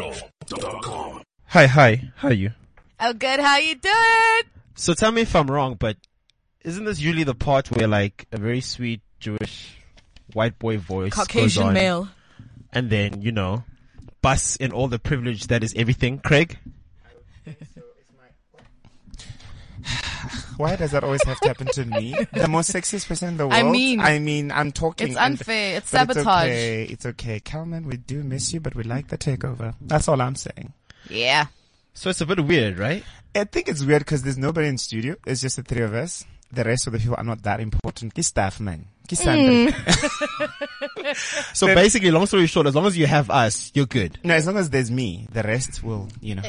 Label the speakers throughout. Speaker 1: CliffCentral.com.
Speaker 2: Hi, hi. How are you?
Speaker 3: Oh, good. How you doing?
Speaker 2: So tell me if I'm wrong, but isn't this usually the part where like a very sweet Jewish white boy voice goes
Speaker 3: Caucasian
Speaker 2: on,
Speaker 3: male.
Speaker 2: and then you know, bus in all the privilege that is everything, Craig?
Speaker 4: Why does that always have to happen to me? The most sexiest person in the world.
Speaker 3: I mean-
Speaker 4: I mean, I'm talking.
Speaker 3: It's
Speaker 4: and-
Speaker 3: unfair. It's
Speaker 4: but
Speaker 3: sabotage.
Speaker 4: It's okay. It's okay. Calman, we do miss you, but we like the takeover. That's all I'm saying.
Speaker 3: Yeah.
Speaker 2: So it's a bit weird, right?
Speaker 4: I think it's weird because there's nobody in studio. It's just the three of us. The rest of the people are not that important. Ki staff, man. Ki
Speaker 3: Mm.
Speaker 4: Sandra.
Speaker 2: So basically, long story short, as long as you have us, you're good.
Speaker 4: No, as long as there's me, the rest will, you know.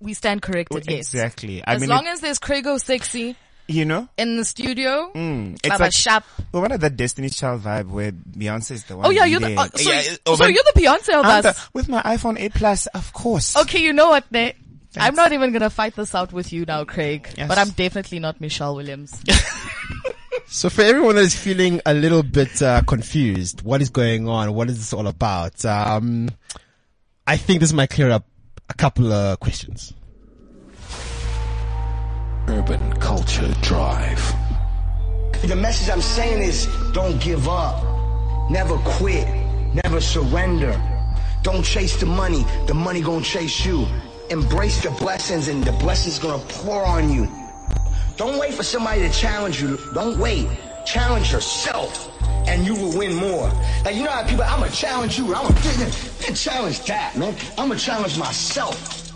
Speaker 3: We stand corrected, yes.
Speaker 4: Exactly. I
Speaker 3: As
Speaker 4: mean,
Speaker 3: long
Speaker 4: it-
Speaker 3: as there's Craigo Sexy
Speaker 4: you know,
Speaker 3: in the studio,
Speaker 4: mm, it's
Speaker 3: Baba
Speaker 4: like,
Speaker 3: Shop.
Speaker 4: well, what are the Destiny Child vibe where Beyonce is the one?
Speaker 3: Oh yeah, you're the,
Speaker 4: leading?
Speaker 3: oh, so,
Speaker 4: Yeah, oh,
Speaker 3: so
Speaker 4: but
Speaker 3: you're the Beyonce of us.
Speaker 4: I'm
Speaker 3: Oh,
Speaker 4: the- with my iPhone 8 Plus, of course.
Speaker 3: Okay, you know what, Ne? I'm not even gonna fight this out with you now, Craig.
Speaker 4: Yes.
Speaker 3: But I'm definitely not Michelle Williams.
Speaker 2: So for everyone that's feeling a little bit uh, confused, what is going on? What is this all about? Um, I think this might clear up a couple of questions.
Speaker 1: Urban Culture Drive.
Speaker 5: The message I'm saying is don't give up. Never quit. Never surrender. Don't chase the money. The money gonna chase you. Embrace the blessings and the blessings gonna pour on you. Don't wait for somebody to challenge you. Don't wait. Challenge yourself and you will win more. Like you know how people, I'ma challenge you. I'ma challenge that, man. I'ma challenge myself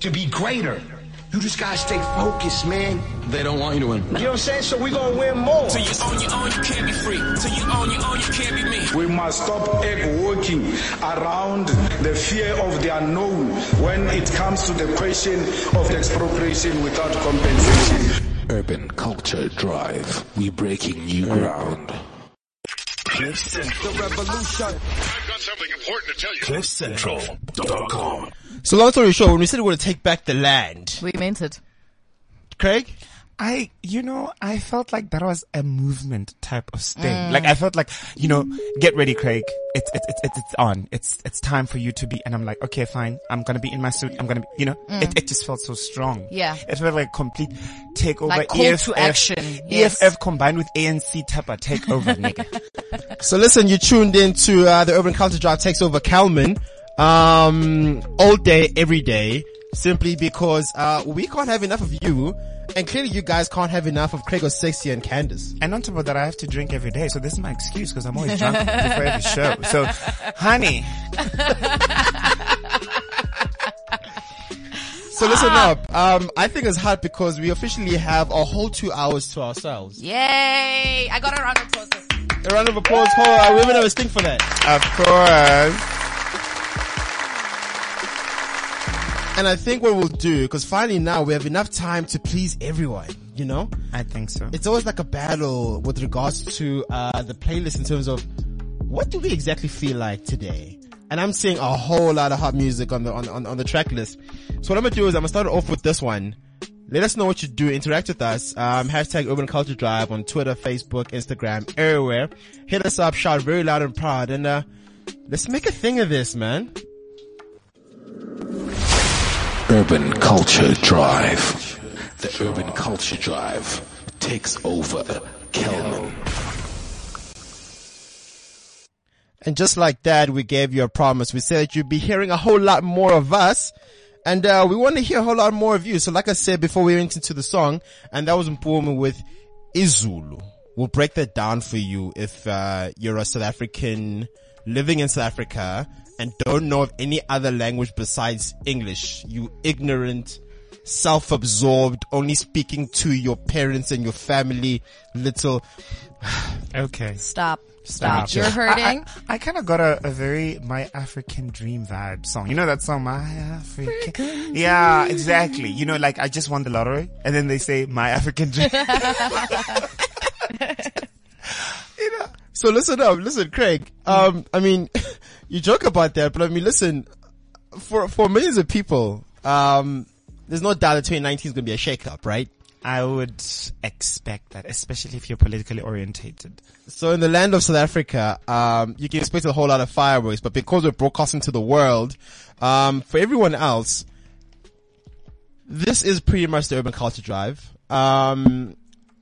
Speaker 5: to be greater. You just gotta stay focused, man.
Speaker 6: They don't want you to win.
Speaker 5: You know what I'm saying? So we gonna win more.
Speaker 7: Till you own your own, you can't be free. Till you own your own, you can't be me.
Speaker 8: We must stop egg walking around the fear of the unknown when it comes to the question of expropriation without compensation.
Speaker 1: Urban Culture Drive. We breaking new ground.
Speaker 9: got something important to tell you.
Speaker 1: CliffCentral.com.
Speaker 2: So long story short, when we said we were going to take back the land,
Speaker 3: we meant it.
Speaker 2: Craig,
Speaker 4: I, you know, I felt like that was a movement type of thing.
Speaker 3: Mm.
Speaker 4: Like I felt like, you know, get ready, Craig. It's, it's, it's, it's, it's on. It's, it's time for you to be. And I'm like, okay, fine. I'm going to be in my suit. I'm going to be, you know, it, it just felt so strong.
Speaker 3: Mm. Yeah.
Speaker 4: It felt like a complete takeover. E
Speaker 3: Like call to action. Yes.
Speaker 4: EFF E combined with ANC type of takeover, nigga.
Speaker 2: So listen, you tuned in to uh, the Urban Culture Drive takes over Kalman, um, all day, every day, simply because uh, we can't have enough of you, and clearly you guys can't have enough of Craig Sexy and Candace.
Speaker 4: And on top of that, I have to drink every day. So this is my excuse because I'm always drunk before every show. So honey,
Speaker 2: So listen up. Um, I think it's hard because we officially have a whole two hours to ourselves.
Speaker 3: Yay! I got a round of applause.
Speaker 2: A round of applause for our women of a sting for that.
Speaker 4: of course.
Speaker 2: And I think what we'll do, because finally now we have enough time to please everyone. You know,
Speaker 4: I think so.
Speaker 2: it's always like a battle with regards to uh, the playlist in terms of what do we exactly feel like today. And I'm seeing a whole lot of hot music on the on, on, on the track list. So what I'm gonna do is I'm gonna start off with this one. Let us know what you do. Interact with us. Um, hashtag Urban Culture Drive on Twitter, Facebook, Instagram, everywhere. Hit us up, shout very loud and proud, and uh, let's make a thing of this, man.
Speaker 1: Urban Culture Drive. The Urban Culture Drive takes over Kelman.
Speaker 2: And just like that, we gave you a promise. We said you'd be hearing a whole lot more of us. And, uh, we want to hear a whole lot more of you. So like I said before we went into the song, and that was Mpumi with Izulu. We'll break that down for you if, uh, you're a South African living in South Africa and don't know of any other language besides English. You ignorant, self-absorbed, only speaking to your parents and your family little
Speaker 4: Okay.
Speaker 3: Stop.
Speaker 4: Stop.
Speaker 3: Stop. You're hurting.
Speaker 4: I, I, I kind of got a, a very My African Dream vibe song. You know that song, My African. Yeah, exactly. You know, like I just won the lottery, and then they say My African Dream.
Speaker 2: So listen up, listen, Craig. Um, I mean, you joke about that, but I mean, listen, for for millions of people, um, there's no doubt that 2019 is going to be a shakeup, right?
Speaker 4: I would expect that, especially if you're politically orientated.
Speaker 2: So in the land of South Africa, um, you can expect a whole lot of fireworks, but because we're broadcasting to the world, um, for everyone else, this is pretty much the urban culture drive. Um,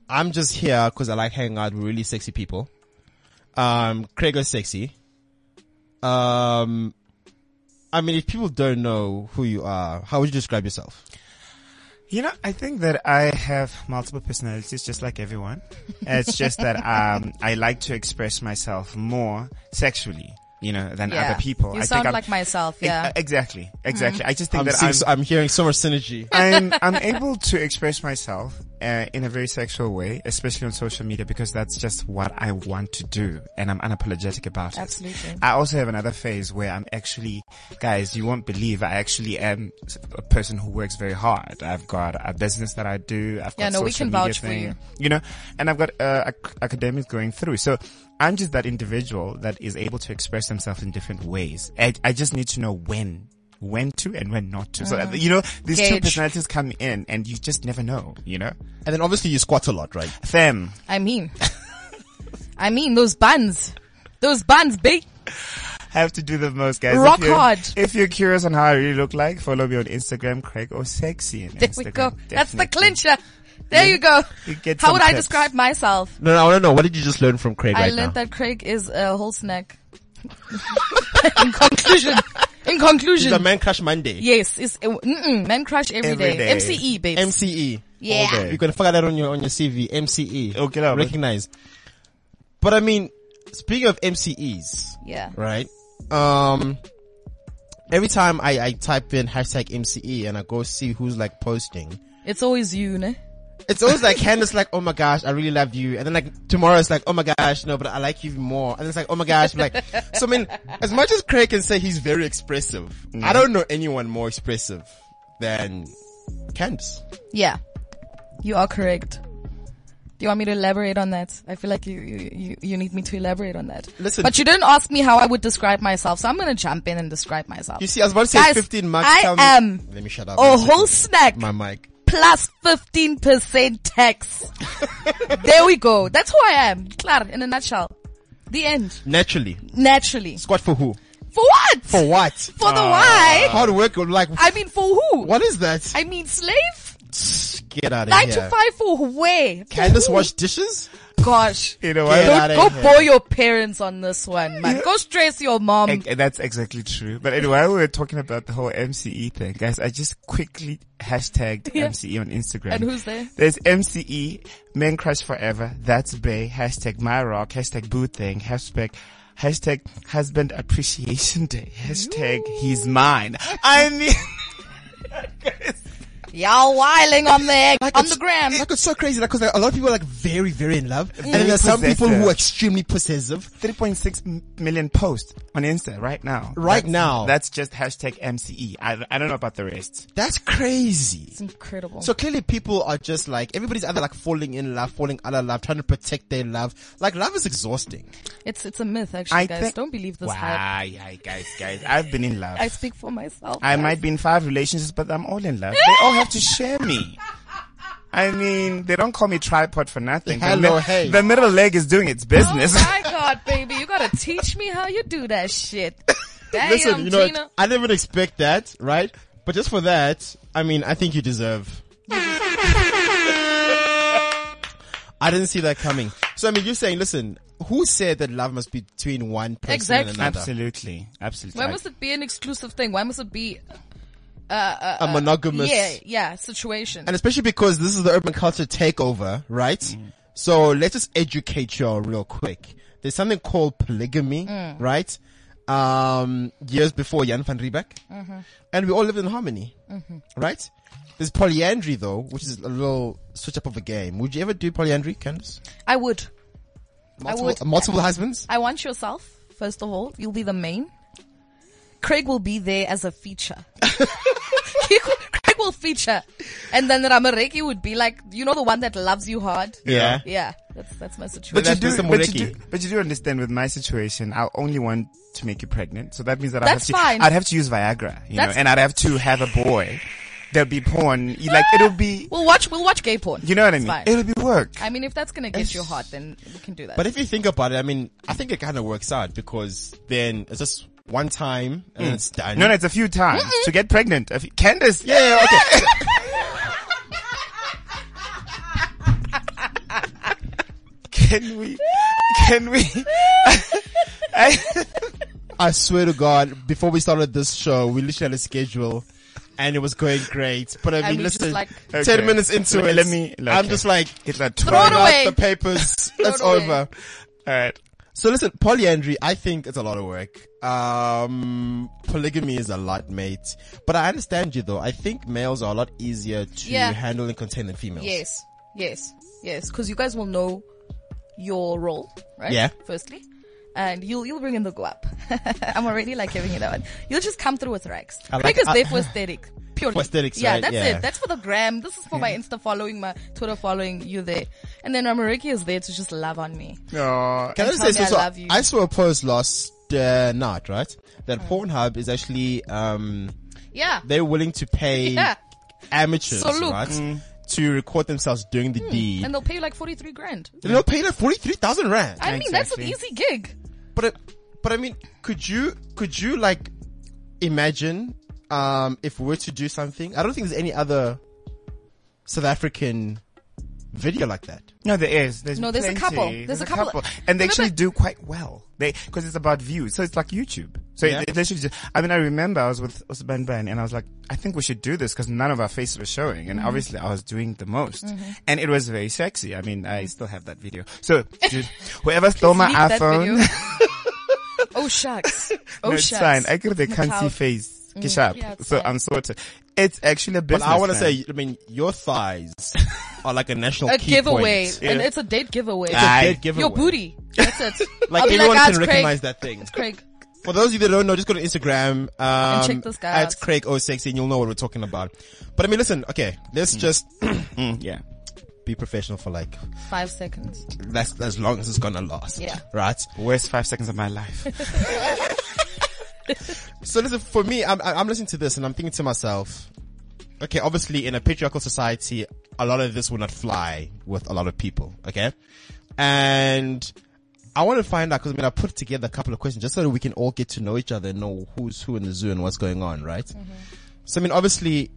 Speaker 2: I'm just here because I like hanging out with really sexy people. Um, Craig is sexy. Um, I mean, if people don't know who you are, how would you describe yourself?
Speaker 4: You know, I think that I have multiple personalities, just like everyone. It's just that um, I like to express myself more sexually, you know, than
Speaker 3: Yeah.
Speaker 4: other people.
Speaker 3: You
Speaker 4: I
Speaker 3: sound
Speaker 4: think I'm-
Speaker 3: like myself, yeah. Mm-hmm.
Speaker 4: E- exactly, exactly. I just think
Speaker 2: I'm,
Speaker 4: that
Speaker 2: seeing so- I'm hearing so much synergy.
Speaker 4: I'm I'm able to express myself uh, in a very sexual way, especially on social media, because that's just what I want to do, and I'm unapologetic about it.
Speaker 3: Absolutely.
Speaker 4: I also have another phase where I'm actually, guys, you won't believe I actually am s- a person who works very hard. I've got a business that I do. I've
Speaker 3: Yeah,
Speaker 4: got
Speaker 3: no, we can
Speaker 4: social media
Speaker 3: vouch for
Speaker 4: thing,
Speaker 3: you.
Speaker 4: you know, and I've got uh, ac- academics going through. So I'm just that individual that is able to express themselves in different ways. I, I just need to know when. When to and when not to. So,
Speaker 3: Ah.
Speaker 4: uh, you know, these two
Speaker 3: Gauge.
Speaker 4: personalities come in and you just never know, you know?
Speaker 2: And then obviously you squat a lot, right?
Speaker 4: Fam,
Speaker 3: I mean, I mean those buns, those buns, babe.
Speaker 4: have to do the most, guys.
Speaker 3: Rock
Speaker 4: if you're-
Speaker 3: hard.
Speaker 4: If you're curious on how I really look like, follow me on Instagram, Craig or Sexy. on
Speaker 3: There we
Speaker 4: Instagram.
Speaker 3: go. That's the
Speaker 4: Definitely.
Speaker 3: clincher. There you go.
Speaker 4: You get
Speaker 3: How
Speaker 4: some
Speaker 3: would I
Speaker 4: tips.
Speaker 3: describe myself?
Speaker 2: No, no, I don't know. What did you just learn from Craig
Speaker 3: I
Speaker 2: right
Speaker 3: learned
Speaker 2: now?
Speaker 3: that Craig is a whole snack. in conclusion, in conclusion,
Speaker 2: It's a man crush Monday.
Speaker 3: yes, it's uh, mm-mm, man crush every
Speaker 4: Every
Speaker 3: day.
Speaker 4: day.
Speaker 3: MCE, babe.
Speaker 2: MCE.
Speaker 3: yeah.
Speaker 4: day.
Speaker 2: E. You can figure that on your on your CV. MCE.
Speaker 4: Okay, now, but-
Speaker 2: E. Recognize. But I mean, speaking of MCEs,
Speaker 3: Yeah.
Speaker 2: right? Um, every time I I type in hashtag MCE and I go see who's like posting,
Speaker 3: It's always you, ne?
Speaker 2: it's always like Candace like, oh my gosh, I really love you, and then like tomorrow it's like, oh my gosh, no, but I like you even more, and it's like, oh my gosh, like, so I mean, as much as Craig can say he's very expressive,
Speaker 4: Mm-hmm.
Speaker 2: I don't know anyone more expressive than Candace.
Speaker 3: Yeah. You are correct. Do you want me to elaborate on that? I feel like you, you, you- you need me to elaborate on that.
Speaker 2: Listen-
Speaker 3: But you didn't ask me how I would describe myself, so I'm gonna jump in and describe myself.
Speaker 2: You see, I was about to say
Speaker 3: Guys,
Speaker 2: 15 marks.
Speaker 3: I
Speaker 2: come-
Speaker 3: am
Speaker 2: Let me shut up.
Speaker 3: a
Speaker 2: Let me
Speaker 3: whole
Speaker 2: shut
Speaker 3: snack
Speaker 2: up. My mic.
Speaker 3: plus 15% tax. there we go. That's who I am. Clar, in a nutshell. The end.
Speaker 2: Naturally.
Speaker 3: Naturally.
Speaker 2: Squat for who?
Speaker 3: For what?
Speaker 2: For what?
Speaker 3: For the why?
Speaker 2: Hard work or like,
Speaker 3: I mean, for who?
Speaker 2: what is that?
Speaker 3: I mean, slave?
Speaker 2: Get out of
Speaker 3: Nine
Speaker 2: here.
Speaker 3: to five for where? For
Speaker 2: Candace
Speaker 3: who?
Speaker 2: wash dishes?
Speaker 3: Gosh.
Speaker 4: You know what?
Speaker 2: Get
Speaker 3: Don't
Speaker 2: outta
Speaker 3: go
Speaker 2: here.
Speaker 3: bore your parents on this one, man. Go stress your mom.
Speaker 4: Ex- that's exactly true. But anyway, while we were talking about the whole MCE thing, guys, I just quickly hashtagged
Speaker 3: Yeah.
Speaker 4: MCE on Instagram.
Speaker 3: And who's there?
Speaker 4: There's MCE, Men Crush Forever, That's Bay, hashtag My Rock, hashtag Boo Thing, hashtag Hashtag husband appreciation day. Hashtag he's mine. I mean,
Speaker 3: Y'all whiling on the egg, on the gram.
Speaker 2: Like it's so crazy, like, cause like, a lot of people are like very, very in love. And then there's some people
Speaker 4: possessive.
Speaker 2: who are extremely possessive.
Speaker 4: 3.6 m- million posts on Insta right now.
Speaker 2: Right
Speaker 4: That's-
Speaker 2: now.
Speaker 4: That's just hashtag MCE. I, I don't know about the rest.
Speaker 2: That's crazy.
Speaker 3: It's incredible.
Speaker 2: So clearly people are just like, everybody's either like falling in love, falling out of love, trying to protect their love. Like love is exhausting.
Speaker 3: it's it's a myth, actually,
Speaker 4: I
Speaker 3: guys.
Speaker 4: think-
Speaker 3: Don't believe this hype.
Speaker 4: Wow, yeah, guys, guys, I've been in love.
Speaker 3: I speak for myself.
Speaker 4: I
Speaker 3: guys.
Speaker 4: might be in five relationships, but I'm all in love. They all have to share me. I mean, they don't call me tripod for nothing. the,
Speaker 2: Hello,
Speaker 4: mi-
Speaker 2: hey.
Speaker 4: the middle leg is doing its
Speaker 3: Oh
Speaker 4: business.
Speaker 3: my god, baby, you gotta teach me how you do that shit. Damn,
Speaker 2: Listen, you know,
Speaker 3: um, Tina.
Speaker 2: I didn't even expect that, right? But just for that, I mean, I think you deserve. I didn't see that coming. So I mean, you're saying, listen, who said that love must be between one person
Speaker 3: Exactly.
Speaker 2: and another?
Speaker 4: absolutely, absolutely.
Speaker 3: Why
Speaker 4: I-
Speaker 3: must it be an exclusive thing? Why must it be
Speaker 2: A monogamous,
Speaker 3: yeah, yeah, situation?
Speaker 2: and especially because this is the urban culture takeover, right? So let's just educate y'all real quick. There's something called polygamy, right? Um, years before Jan van Riebeck, and we all lived in harmony, right? There's polyandry though, which is a little switch up of a game. Would you ever do polyandry, Candace?
Speaker 3: I would.
Speaker 2: Multiple,
Speaker 3: would.
Speaker 2: multiple husbands.
Speaker 3: I want yourself, first of all. You'll be the main. Craig will be there as a feature. He will- Craig will feature. And then Ramareki would be like, you know, the one that loves you hard?
Speaker 2: Yeah.
Speaker 3: Yeah. That's, that's my situation.
Speaker 4: But you,
Speaker 2: That's
Speaker 4: do,
Speaker 2: Mr.
Speaker 4: but, you
Speaker 2: Moreki.
Speaker 4: do, but you do understand with my situation, I only want to make you pregnant. So that means that I have
Speaker 3: That's
Speaker 4: to,
Speaker 3: fine.
Speaker 4: I'd have to use Viagra, you know,
Speaker 3: That's-
Speaker 4: and I'd have to have a boy. there'll be porn. You- Like it'll be,
Speaker 3: We'll watch. We'll watch gay porn.
Speaker 4: you know what I
Speaker 3: It's
Speaker 4: mean?
Speaker 3: fine.
Speaker 4: It'll be work.
Speaker 3: I mean, if that's gonna get you hot, then we can do that.
Speaker 2: But if you think about it, I mean, I think it kind of works out because then it's just one time and then it's done.
Speaker 4: No, no, it's a few times to get pregnant. A few, Candace, yeah,
Speaker 2: yeah, yeah, okay.
Speaker 4: can we? Can we? I-
Speaker 2: I swear to God, before we started this show, we literally had a schedule and it was going great. But I mean,
Speaker 3: we just
Speaker 2: listen,
Speaker 3: like-
Speaker 2: 10
Speaker 4: Okay.
Speaker 2: minutes into
Speaker 4: Let-
Speaker 2: it,
Speaker 4: let me-
Speaker 2: I'm
Speaker 4: okay.
Speaker 2: just like,
Speaker 4: Hitler
Speaker 3: Throw it
Speaker 2: throwing
Speaker 4: twat.
Speaker 2: out
Speaker 3: away.
Speaker 2: the papers.
Speaker 3: it
Speaker 2: it's
Speaker 3: away.
Speaker 2: over.
Speaker 4: All right.
Speaker 2: So listen, polyandry, I think it's a lot of work. Um, polygamy is a lot, mate. But I understand you though. I think males are a lot easier to
Speaker 3: Yeah.
Speaker 2: handle and contain than females.
Speaker 3: Yes, yes, yes. Because you guys will know your role, right?
Speaker 2: Yeah.
Speaker 3: Firstly, and you'll you'll bring in the guap. I'm already like giving you that one. You'll just come through with racks.
Speaker 2: I like-
Speaker 3: Rack is
Speaker 2: I-
Speaker 3: there for aesthetic, purely
Speaker 2: For aesthetics,
Speaker 3: Yeah,
Speaker 2: right?
Speaker 3: that's
Speaker 2: Yeah.
Speaker 3: it. That's for the gram. This is for my Insta following, my Twitter following. You there, and then Amariki is there to just love on me.
Speaker 4: Aw.
Speaker 2: Can I
Speaker 3: And
Speaker 2: just say
Speaker 3: tell me
Speaker 2: so,
Speaker 3: I
Speaker 2: so
Speaker 3: love you. Mm.
Speaker 2: I saw a post last uh, night, right? That Pornhub is actually, um,
Speaker 3: Yeah.
Speaker 2: they're willing to pay
Speaker 3: yeah.
Speaker 2: amateurs,
Speaker 3: So look.
Speaker 2: right? To record themselves doing the deed.
Speaker 3: Hmm. And they'll pay you like 43 grand.
Speaker 2: They're not paying her 43,000 rand.
Speaker 3: I mean, that's an
Speaker 4: Exactly.
Speaker 3: easy gig.
Speaker 2: But it- but I mean, could you could you like imagine um if we were to do something? I don't think there's any other South African video like that.
Speaker 4: No, there is. There's
Speaker 3: No, there's a
Speaker 4: plenty.
Speaker 3: couple. There's a couple.
Speaker 4: and
Speaker 3: Remember-
Speaker 4: they actually do quite well. They because it's about views, so it's like YouTube. So
Speaker 2: Yeah.
Speaker 4: it, it literally. Just, I mean, I remember I was with Usman Ben, and I was like, I think we should do this because none of our faces were showing,
Speaker 3: Mm-hmm.
Speaker 4: and obviously I was doing the most, and it was very sexy. I mean, I still have that video. So dude, whoever stole my
Speaker 3: Leave that
Speaker 4: iPhone,
Speaker 3: video. oh shucks. Oh
Speaker 4: no, it's
Speaker 3: shucks.
Speaker 4: fine. I give the
Speaker 3: I'm
Speaker 4: can't see
Speaker 3: proud.
Speaker 4: face. Kishap.
Speaker 3: Yeah, it's
Speaker 4: so
Speaker 3: fine.
Speaker 4: I'm sorted. It's actually a
Speaker 2: But
Speaker 4: business.
Speaker 2: I want to
Speaker 4: man.
Speaker 2: say, I mean, your thighs are like a national
Speaker 3: a
Speaker 2: key
Speaker 3: giveaway,
Speaker 2: point.
Speaker 3: and
Speaker 4: Yeah.
Speaker 3: it's a date giveaway.
Speaker 2: It's a
Speaker 4: Aye.
Speaker 2: dead giveaway.
Speaker 3: Your booty. That's it.
Speaker 2: Like
Speaker 3: I'll be
Speaker 2: everyone
Speaker 3: like, "Ah,
Speaker 2: can
Speaker 3: it's
Speaker 2: recognize
Speaker 3: Craig.
Speaker 2: that thing.
Speaker 3: Craig.
Speaker 2: For those of you that don't know, just go to Instagram um,
Speaker 3: check this guy
Speaker 2: at
Speaker 3: out.
Speaker 2: Craig 060 and you'll know what we're talking about. But I mean, listen, okay, let's just
Speaker 4: Mm, yeah.
Speaker 2: be professional for like
Speaker 3: Five seconds.
Speaker 2: that's as long as it's gonna last.
Speaker 3: Yeah.
Speaker 2: Right.
Speaker 4: Worst five seconds of my life.
Speaker 2: So listen, for me, I'm, I'm listening to this and I'm thinking to myself, okay, obviously in a patriarchal society, a lot of this will not fly with a lot of people. Okay. And I want to find out because I mean, I put together a couple of questions just so that we can all get to know each other and know who's who in the zoo and what's going on. Right.
Speaker 3: Mm-hmm.
Speaker 2: So I mean, obviously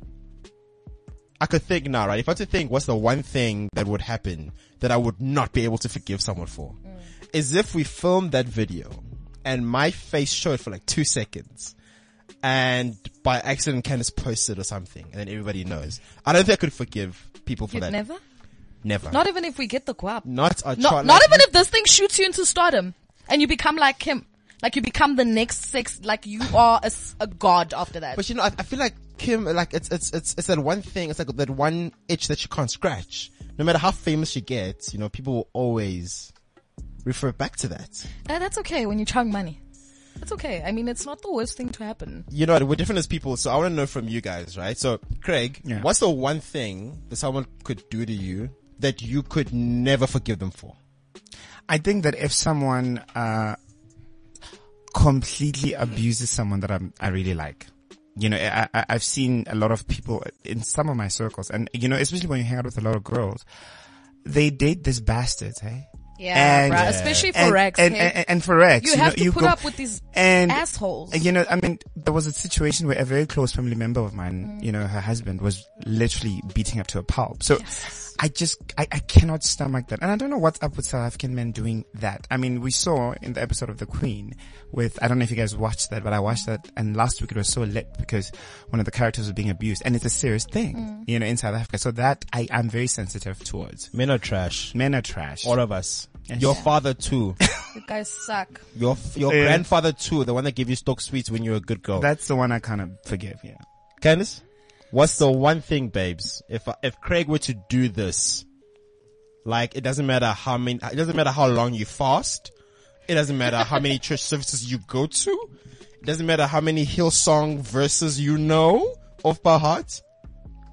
Speaker 2: I could think now, right? If I had to think, what's the one thing that would happen that I would not be able to forgive someone for?
Speaker 3: Mm.
Speaker 2: Is if we filmed that video and my face showed for like two seconds and by accident Candace posted or something and then everybody knows. I don't think I could forgive people for
Speaker 3: You'd
Speaker 2: that.
Speaker 3: never.
Speaker 2: Never.
Speaker 3: Not even if we get the guap.
Speaker 2: not a
Speaker 3: Not,
Speaker 2: try-
Speaker 3: not
Speaker 2: like-
Speaker 3: even if this thing shoots you into stardom and you become like him. Like you become the next sex. Like you are a, s- a god after that.
Speaker 2: But you know, I, I feel like Kim, like it's it's it's it's that one thing. It's like that one itch that she can't scratch. No matter how famous she gets, you know, people will always refer back to that.
Speaker 3: Eh, that's okay when you chug money. That's okay. I mean, it's not the worst thing to happen.
Speaker 2: You know, we're different as people, so I want to know from you guys, right? So, Craig,
Speaker 4: Yeah.
Speaker 2: what's the one thing that someone could do to you that you could never forgive them for?
Speaker 4: I think that if someone uh, completely abuses someone that I'm, I really like, you know, I, I, I've seen a lot of people in some of my circles, and you know, especially when you hang out with a lot of girls, they date these bastards, hey.
Speaker 3: Yeah,
Speaker 4: And- uh,
Speaker 3: bruh. Especially for
Speaker 4: and,
Speaker 3: Rex.
Speaker 4: and,
Speaker 3: hey?
Speaker 4: and, and, and for Rex,
Speaker 3: You
Speaker 4: know,
Speaker 3: have to put
Speaker 4: go-
Speaker 3: up with these
Speaker 4: and
Speaker 3: assholes.
Speaker 4: You know, I mean, there was a situation where a very close family member of
Speaker 3: Mm.
Speaker 4: mine, you know, her husband was literally beating up to a pulp. So I just, I, I cannot stomach that. And I don't know what's up with South African men doing that. I mean, we saw in the episode of The Queen with, I don't know if you guys watched that, but I watched that and last week it was so lit because one of the characters was being abused and it's a serious thing,
Speaker 3: Mm.
Speaker 4: you know, in South Africa. So that I, I'm very sensitive towards.
Speaker 2: Men are trash.
Speaker 4: Men are trash.
Speaker 2: All of us. Your father too.
Speaker 3: you guys suck.
Speaker 2: Your f- your
Speaker 4: Yeah.
Speaker 2: grandfather too. The one that gave you stock sweets when you were a good girl.
Speaker 4: That's the one I kind of forgive, yeah.
Speaker 2: Candice, what's the one thing, babes? If if Craig were to do this, like it doesn't matter how many, it doesn't matter how long you fast, it doesn't matter how many church services you go to, it doesn't matter how many Hillsong verses you know off by heart,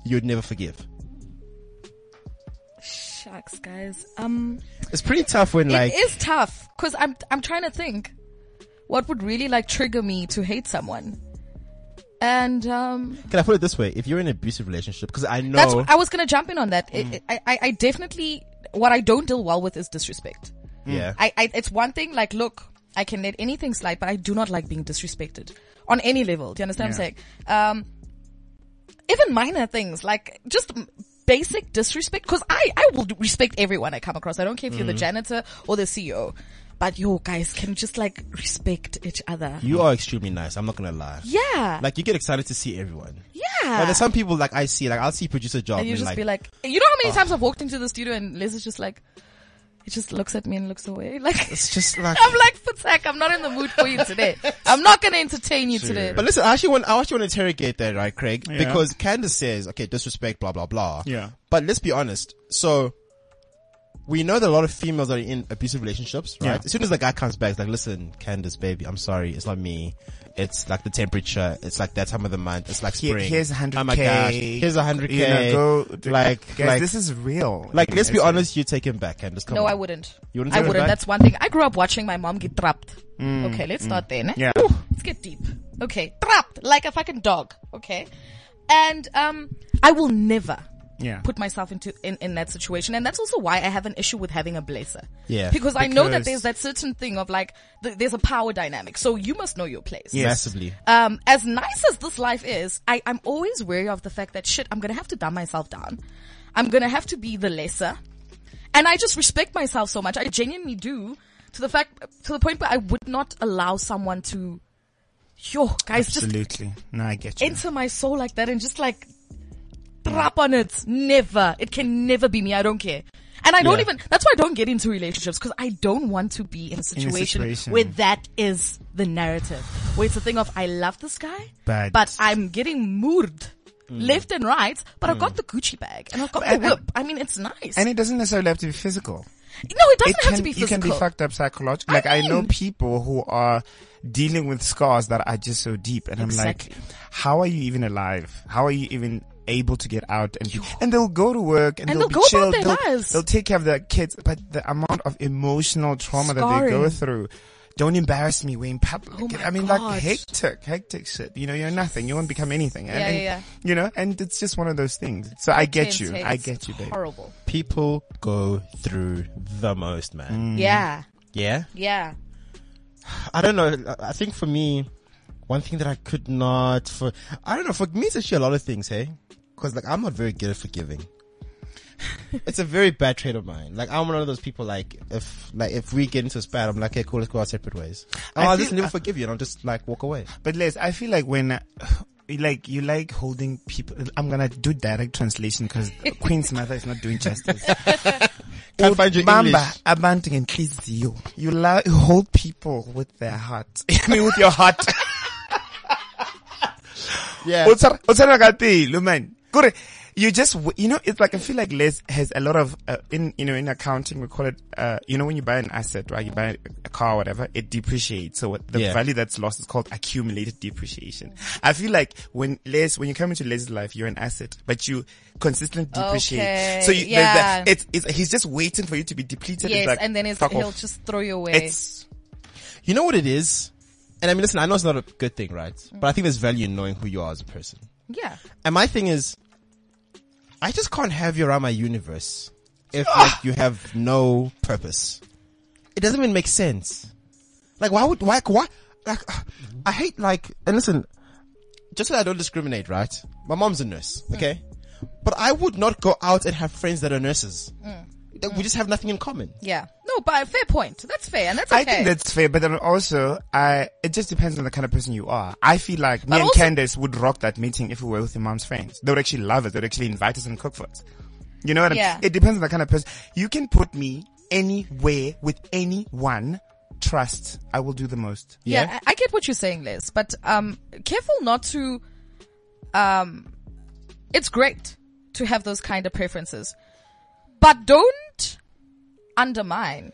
Speaker 2: you'd never forgive.
Speaker 3: Shucks, guys. Um,
Speaker 2: It's pretty tough when like
Speaker 3: it is tough because I'm I'm trying to think what would really like trigger me to hate someone, And um,
Speaker 2: Can I put it this way? If you're in an abusive relationship, because I know
Speaker 3: that's I was gonna jump in on that. I- I, I I definitely what I don't deal well with is disrespect.
Speaker 2: yeah,
Speaker 3: I, I it's one thing like look I can let anything slide but I do not like being disrespected on any level do you understand what I'm saying um even minor things like just m- basic disrespect because I I will d- respect everyone I come across I don't care if you're the janitor or the CEO but yo guys can just like respect each other
Speaker 2: you are extremely nice. I'm not gonna lie.
Speaker 3: yeah
Speaker 2: Like you get excited to see everyone.
Speaker 3: yeah
Speaker 2: Like, there's some people like I see, like I'll see producer job
Speaker 3: and you just
Speaker 2: like,
Speaker 3: be like you know how many times I've walked into the studio and Liz is just like it just looks at me and looks away like
Speaker 2: it's just like.
Speaker 3: I'm like, Fatak, I'm not in the mood for you today. I'm not gonna entertain you today.
Speaker 2: But listen, I actually want I actually want to interrogate that, right, Craig? Because Candace says, okay, disrespect, blah blah blah.
Speaker 4: Yeah.
Speaker 2: But let's be honest. So we know that a lot of females are in abusive relationships, right?
Speaker 4: Yeah.
Speaker 2: As soon as the guy comes back, it's like, listen, Candace, baby, I'm sorry, it's not me. It's like the temperature. It's like that time of the month. It's like
Speaker 4: Here-
Speaker 2: spring.
Speaker 4: here's a hundred
Speaker 2: Oh my gosh. Here's a hundred
Speaker 4: You
Speaker 2: k.
Speaker 4: know, go
Speaker 2: like,
Speaker 4: guys,
Speaker 2: like,
Speaker 4: this is real.
Speaker 2: like, let's be
Speaker 4: It's-
Speaker 2: honest. You take him back, Candace. Come
Speaker 3: no,
Speaker 2: on.
Speaker 3: I wouldn't.
Speaker 2: You wouldn't
Speaker 3: I
Speaker 2: take it
Speaker 3: wouldn't.
Speaker 2: back?
Speaker 3: That's one thing. I grew up watching my mom get trapped.
Speaker 2: Mm,
Speaker 3: okay, let's start there. ne?
Speaker 4: Yeah.
Speaker 3: Ooh, let's get deep. Okay, trapped like a fucking dog. Okay, and um, I will never.
Speaker 4: Yeah.
Speaker 3: Put myself into in, in that situation, and that's also why I have an issue with having a blazer.
Speaker 2: Yeah,
Speaker 3: because I know that there's
Speaker 4: because-
Speaker 3: that certain thing of like th- there's a power dynamic, so you must know your place.
Speaker 4: Yes.
Speaker 2: Massively.
Speaker 3: um, as nice as this life is, I, I'm always wary of the fact that shit, I'm gonna have to dumb myself down. I'm gonna have to be the lesser. And I just respect myself so much. I genuinely do. To the fact, to the point where I would not allow someone to, yo, guys, just
Speaker 4: Absolutely. No, I get you.
Speaker 3: enter my soul like that and just like, trap on it. Never. It can never be me. I don't care. And I don't even, that's why I don't get into relationships because I don't want to be in a situation
Speaker 4: situation.
Speaker 3: where that is the narrative. Where it's a thing of, I love this guy,
Speaker 4: But- Mm.
Speaker 3: I'm getting moored. Left and right, but I've got the Gucci bag and I've got the
Speaker 4: and-
Speaker 3: whip. I mean, it's nice.
Speaker 4: and it doesn't necessarily have to be physical.
Speaker 3: no, it doesn't
Speaker 4: it
Speaker 3: have to
Speaker 4: can-
Speaker 3: be
Speaker 4: You can
Speaker 3: physical.
Speaker 4: be fucked up psychologically. Like I, know
Speaker 3: mean-
Speaker 4: people who are dealing with scars that are just so deep, and
Speaker 3: Exactly.
Speaker 4: I'm like, how are you even alive? How are you even able to get out? And be, and they'll go to work, and,
Speaker 3: And they'll
Speaker 4: they'll, be
Speaker 3: go about
Speaker 4: chill.
Speaker 3: their
Speaker 4: they'll,
Speaker 3: lives.
Speaker 4: they'll take care of their kids, but the amount of emotional trauma that they go
Speaker 3: Scarring.
Speaker 4: through. Don't embarrass me, Wayne public.
Speaker 3: Oh my
Speaker 4: I mean,
Speaker 3: God.
Speaker 4: like hectic, hectic shit. You know, you're nothing. You won't become anything. And,
Speaker 3: Yeah,
Speaker 4: and,
Speaker 3: yeah, yeah.
Speaker 4: You know, and it's just one of those things. So I get
Speaker 3: It's
Speaker 4: you. I
Speaker 3: intense.
Speaker 4: get you, babe.
Speaker 3: Horrible.
Speaker 2: People go through the most,
Speaker 4: Mm.
Speaker 2: man.
Speaker 3: Yeah,
Speaker 2: Yeah.
Speaker 3: yeah.
Speaker 2: I don't know. I I think for me, one thing that I could not for I don't know. For me, it's actually a lot of things. Hey, because like I'm not very good at forgiving. it's a very bad trait of mine. Like I'm one of those people. Like if like if we get into a spat, I'm like, okay, cool, let's go our separate ways. Oh,
Speaker 4: I
Speaker 2: I'll
Speaker 4: feel-
Speaker 2: just never forgive you, and I'll just like walk away.
Speaker 4: But Les, I feel like when you like you like holding people. I'm gonna do direct translation because Queen's mother is not doing justice.
Speaker 2: Can't find your
Speaker 4: Bamba,
Speaker 2: English.
Speaker 4: abantu ngenhliziyo. You lo- you hold people with their heart. I mean, with your heart.
Speaker 2: Yeah.
Speaker 4: O tshwara- o tshwara ka pelo, man. Kore, You just, w- you know, it's like, I feel like Les has a lot of, uh, in, you know, in accounting, we call it, uh, you know, when you buy an asset, right? You buy a car or whatever, it depreciates. So what the
Speaker 2: Yeah.
Speaker 4: value that's lost is called accumulated depreciation. I feel like when Les, when you come into Les's life, you're an asset, but you consistently depreciate.
Speaker 3: Okay,
Speaker 4: So you, there's
Speaker 3: yeah.
Speaker 4: that- it's, it's, he's just waiting for you to be depleted. It's
Speaker 3: Yes,
Speaker 4: like,
Speaker 3: and then it's,
Speaker 4: fuck
Speaker 3: he'll
Speaker 4: off.
Speaker 3: just throw you away.
Speaker 4: It's,
Speaker 2: you know what it is, and I mean, listen, I know it's not a good thing, right? But I think there's value in knowing who you are as a person.
Speaker 3: yeah.
Speaker 2: And my thing is, I just can't have you around my universe if like, you have no purpose. It doesn't even make sense. Like, why would, why, why, like, I hate, like, and listen, just so I don't discriminate, right? My mom's a nurse,
Speaker 3: Mm.
Speaker 2: okay? But I would not go out and have friends that are nurses.
Speaker 3: Mm.
Speaker 2: That We just have nothing in common.
Speaker 3: Yeah. No, but uh, fair point. That's fair, and that's okay.
Speaker 4: I think that's fair, but then also, I it just depends on the kind of person you are. I feel like me
Speaker 3: But
Speaker 4: and
Speaker 3: also-
Speaker 4: Candace would rock that meeting if we were with your mom's friends. They would actually love us. They would actually invite us and cook for us. You know what I mean?
Speaker 3: Yeah.
Speaker 4: It depends on the kind of person. You can put me anywhere with anyone. Trust, I will do the most.
Speaker 3: yeah,
Speaker 2: Yeah.
Speaker 3: I, I get what you're saying, Liz, but um, careful not to. Um, it's great to have those kind of preferences, but don't undermine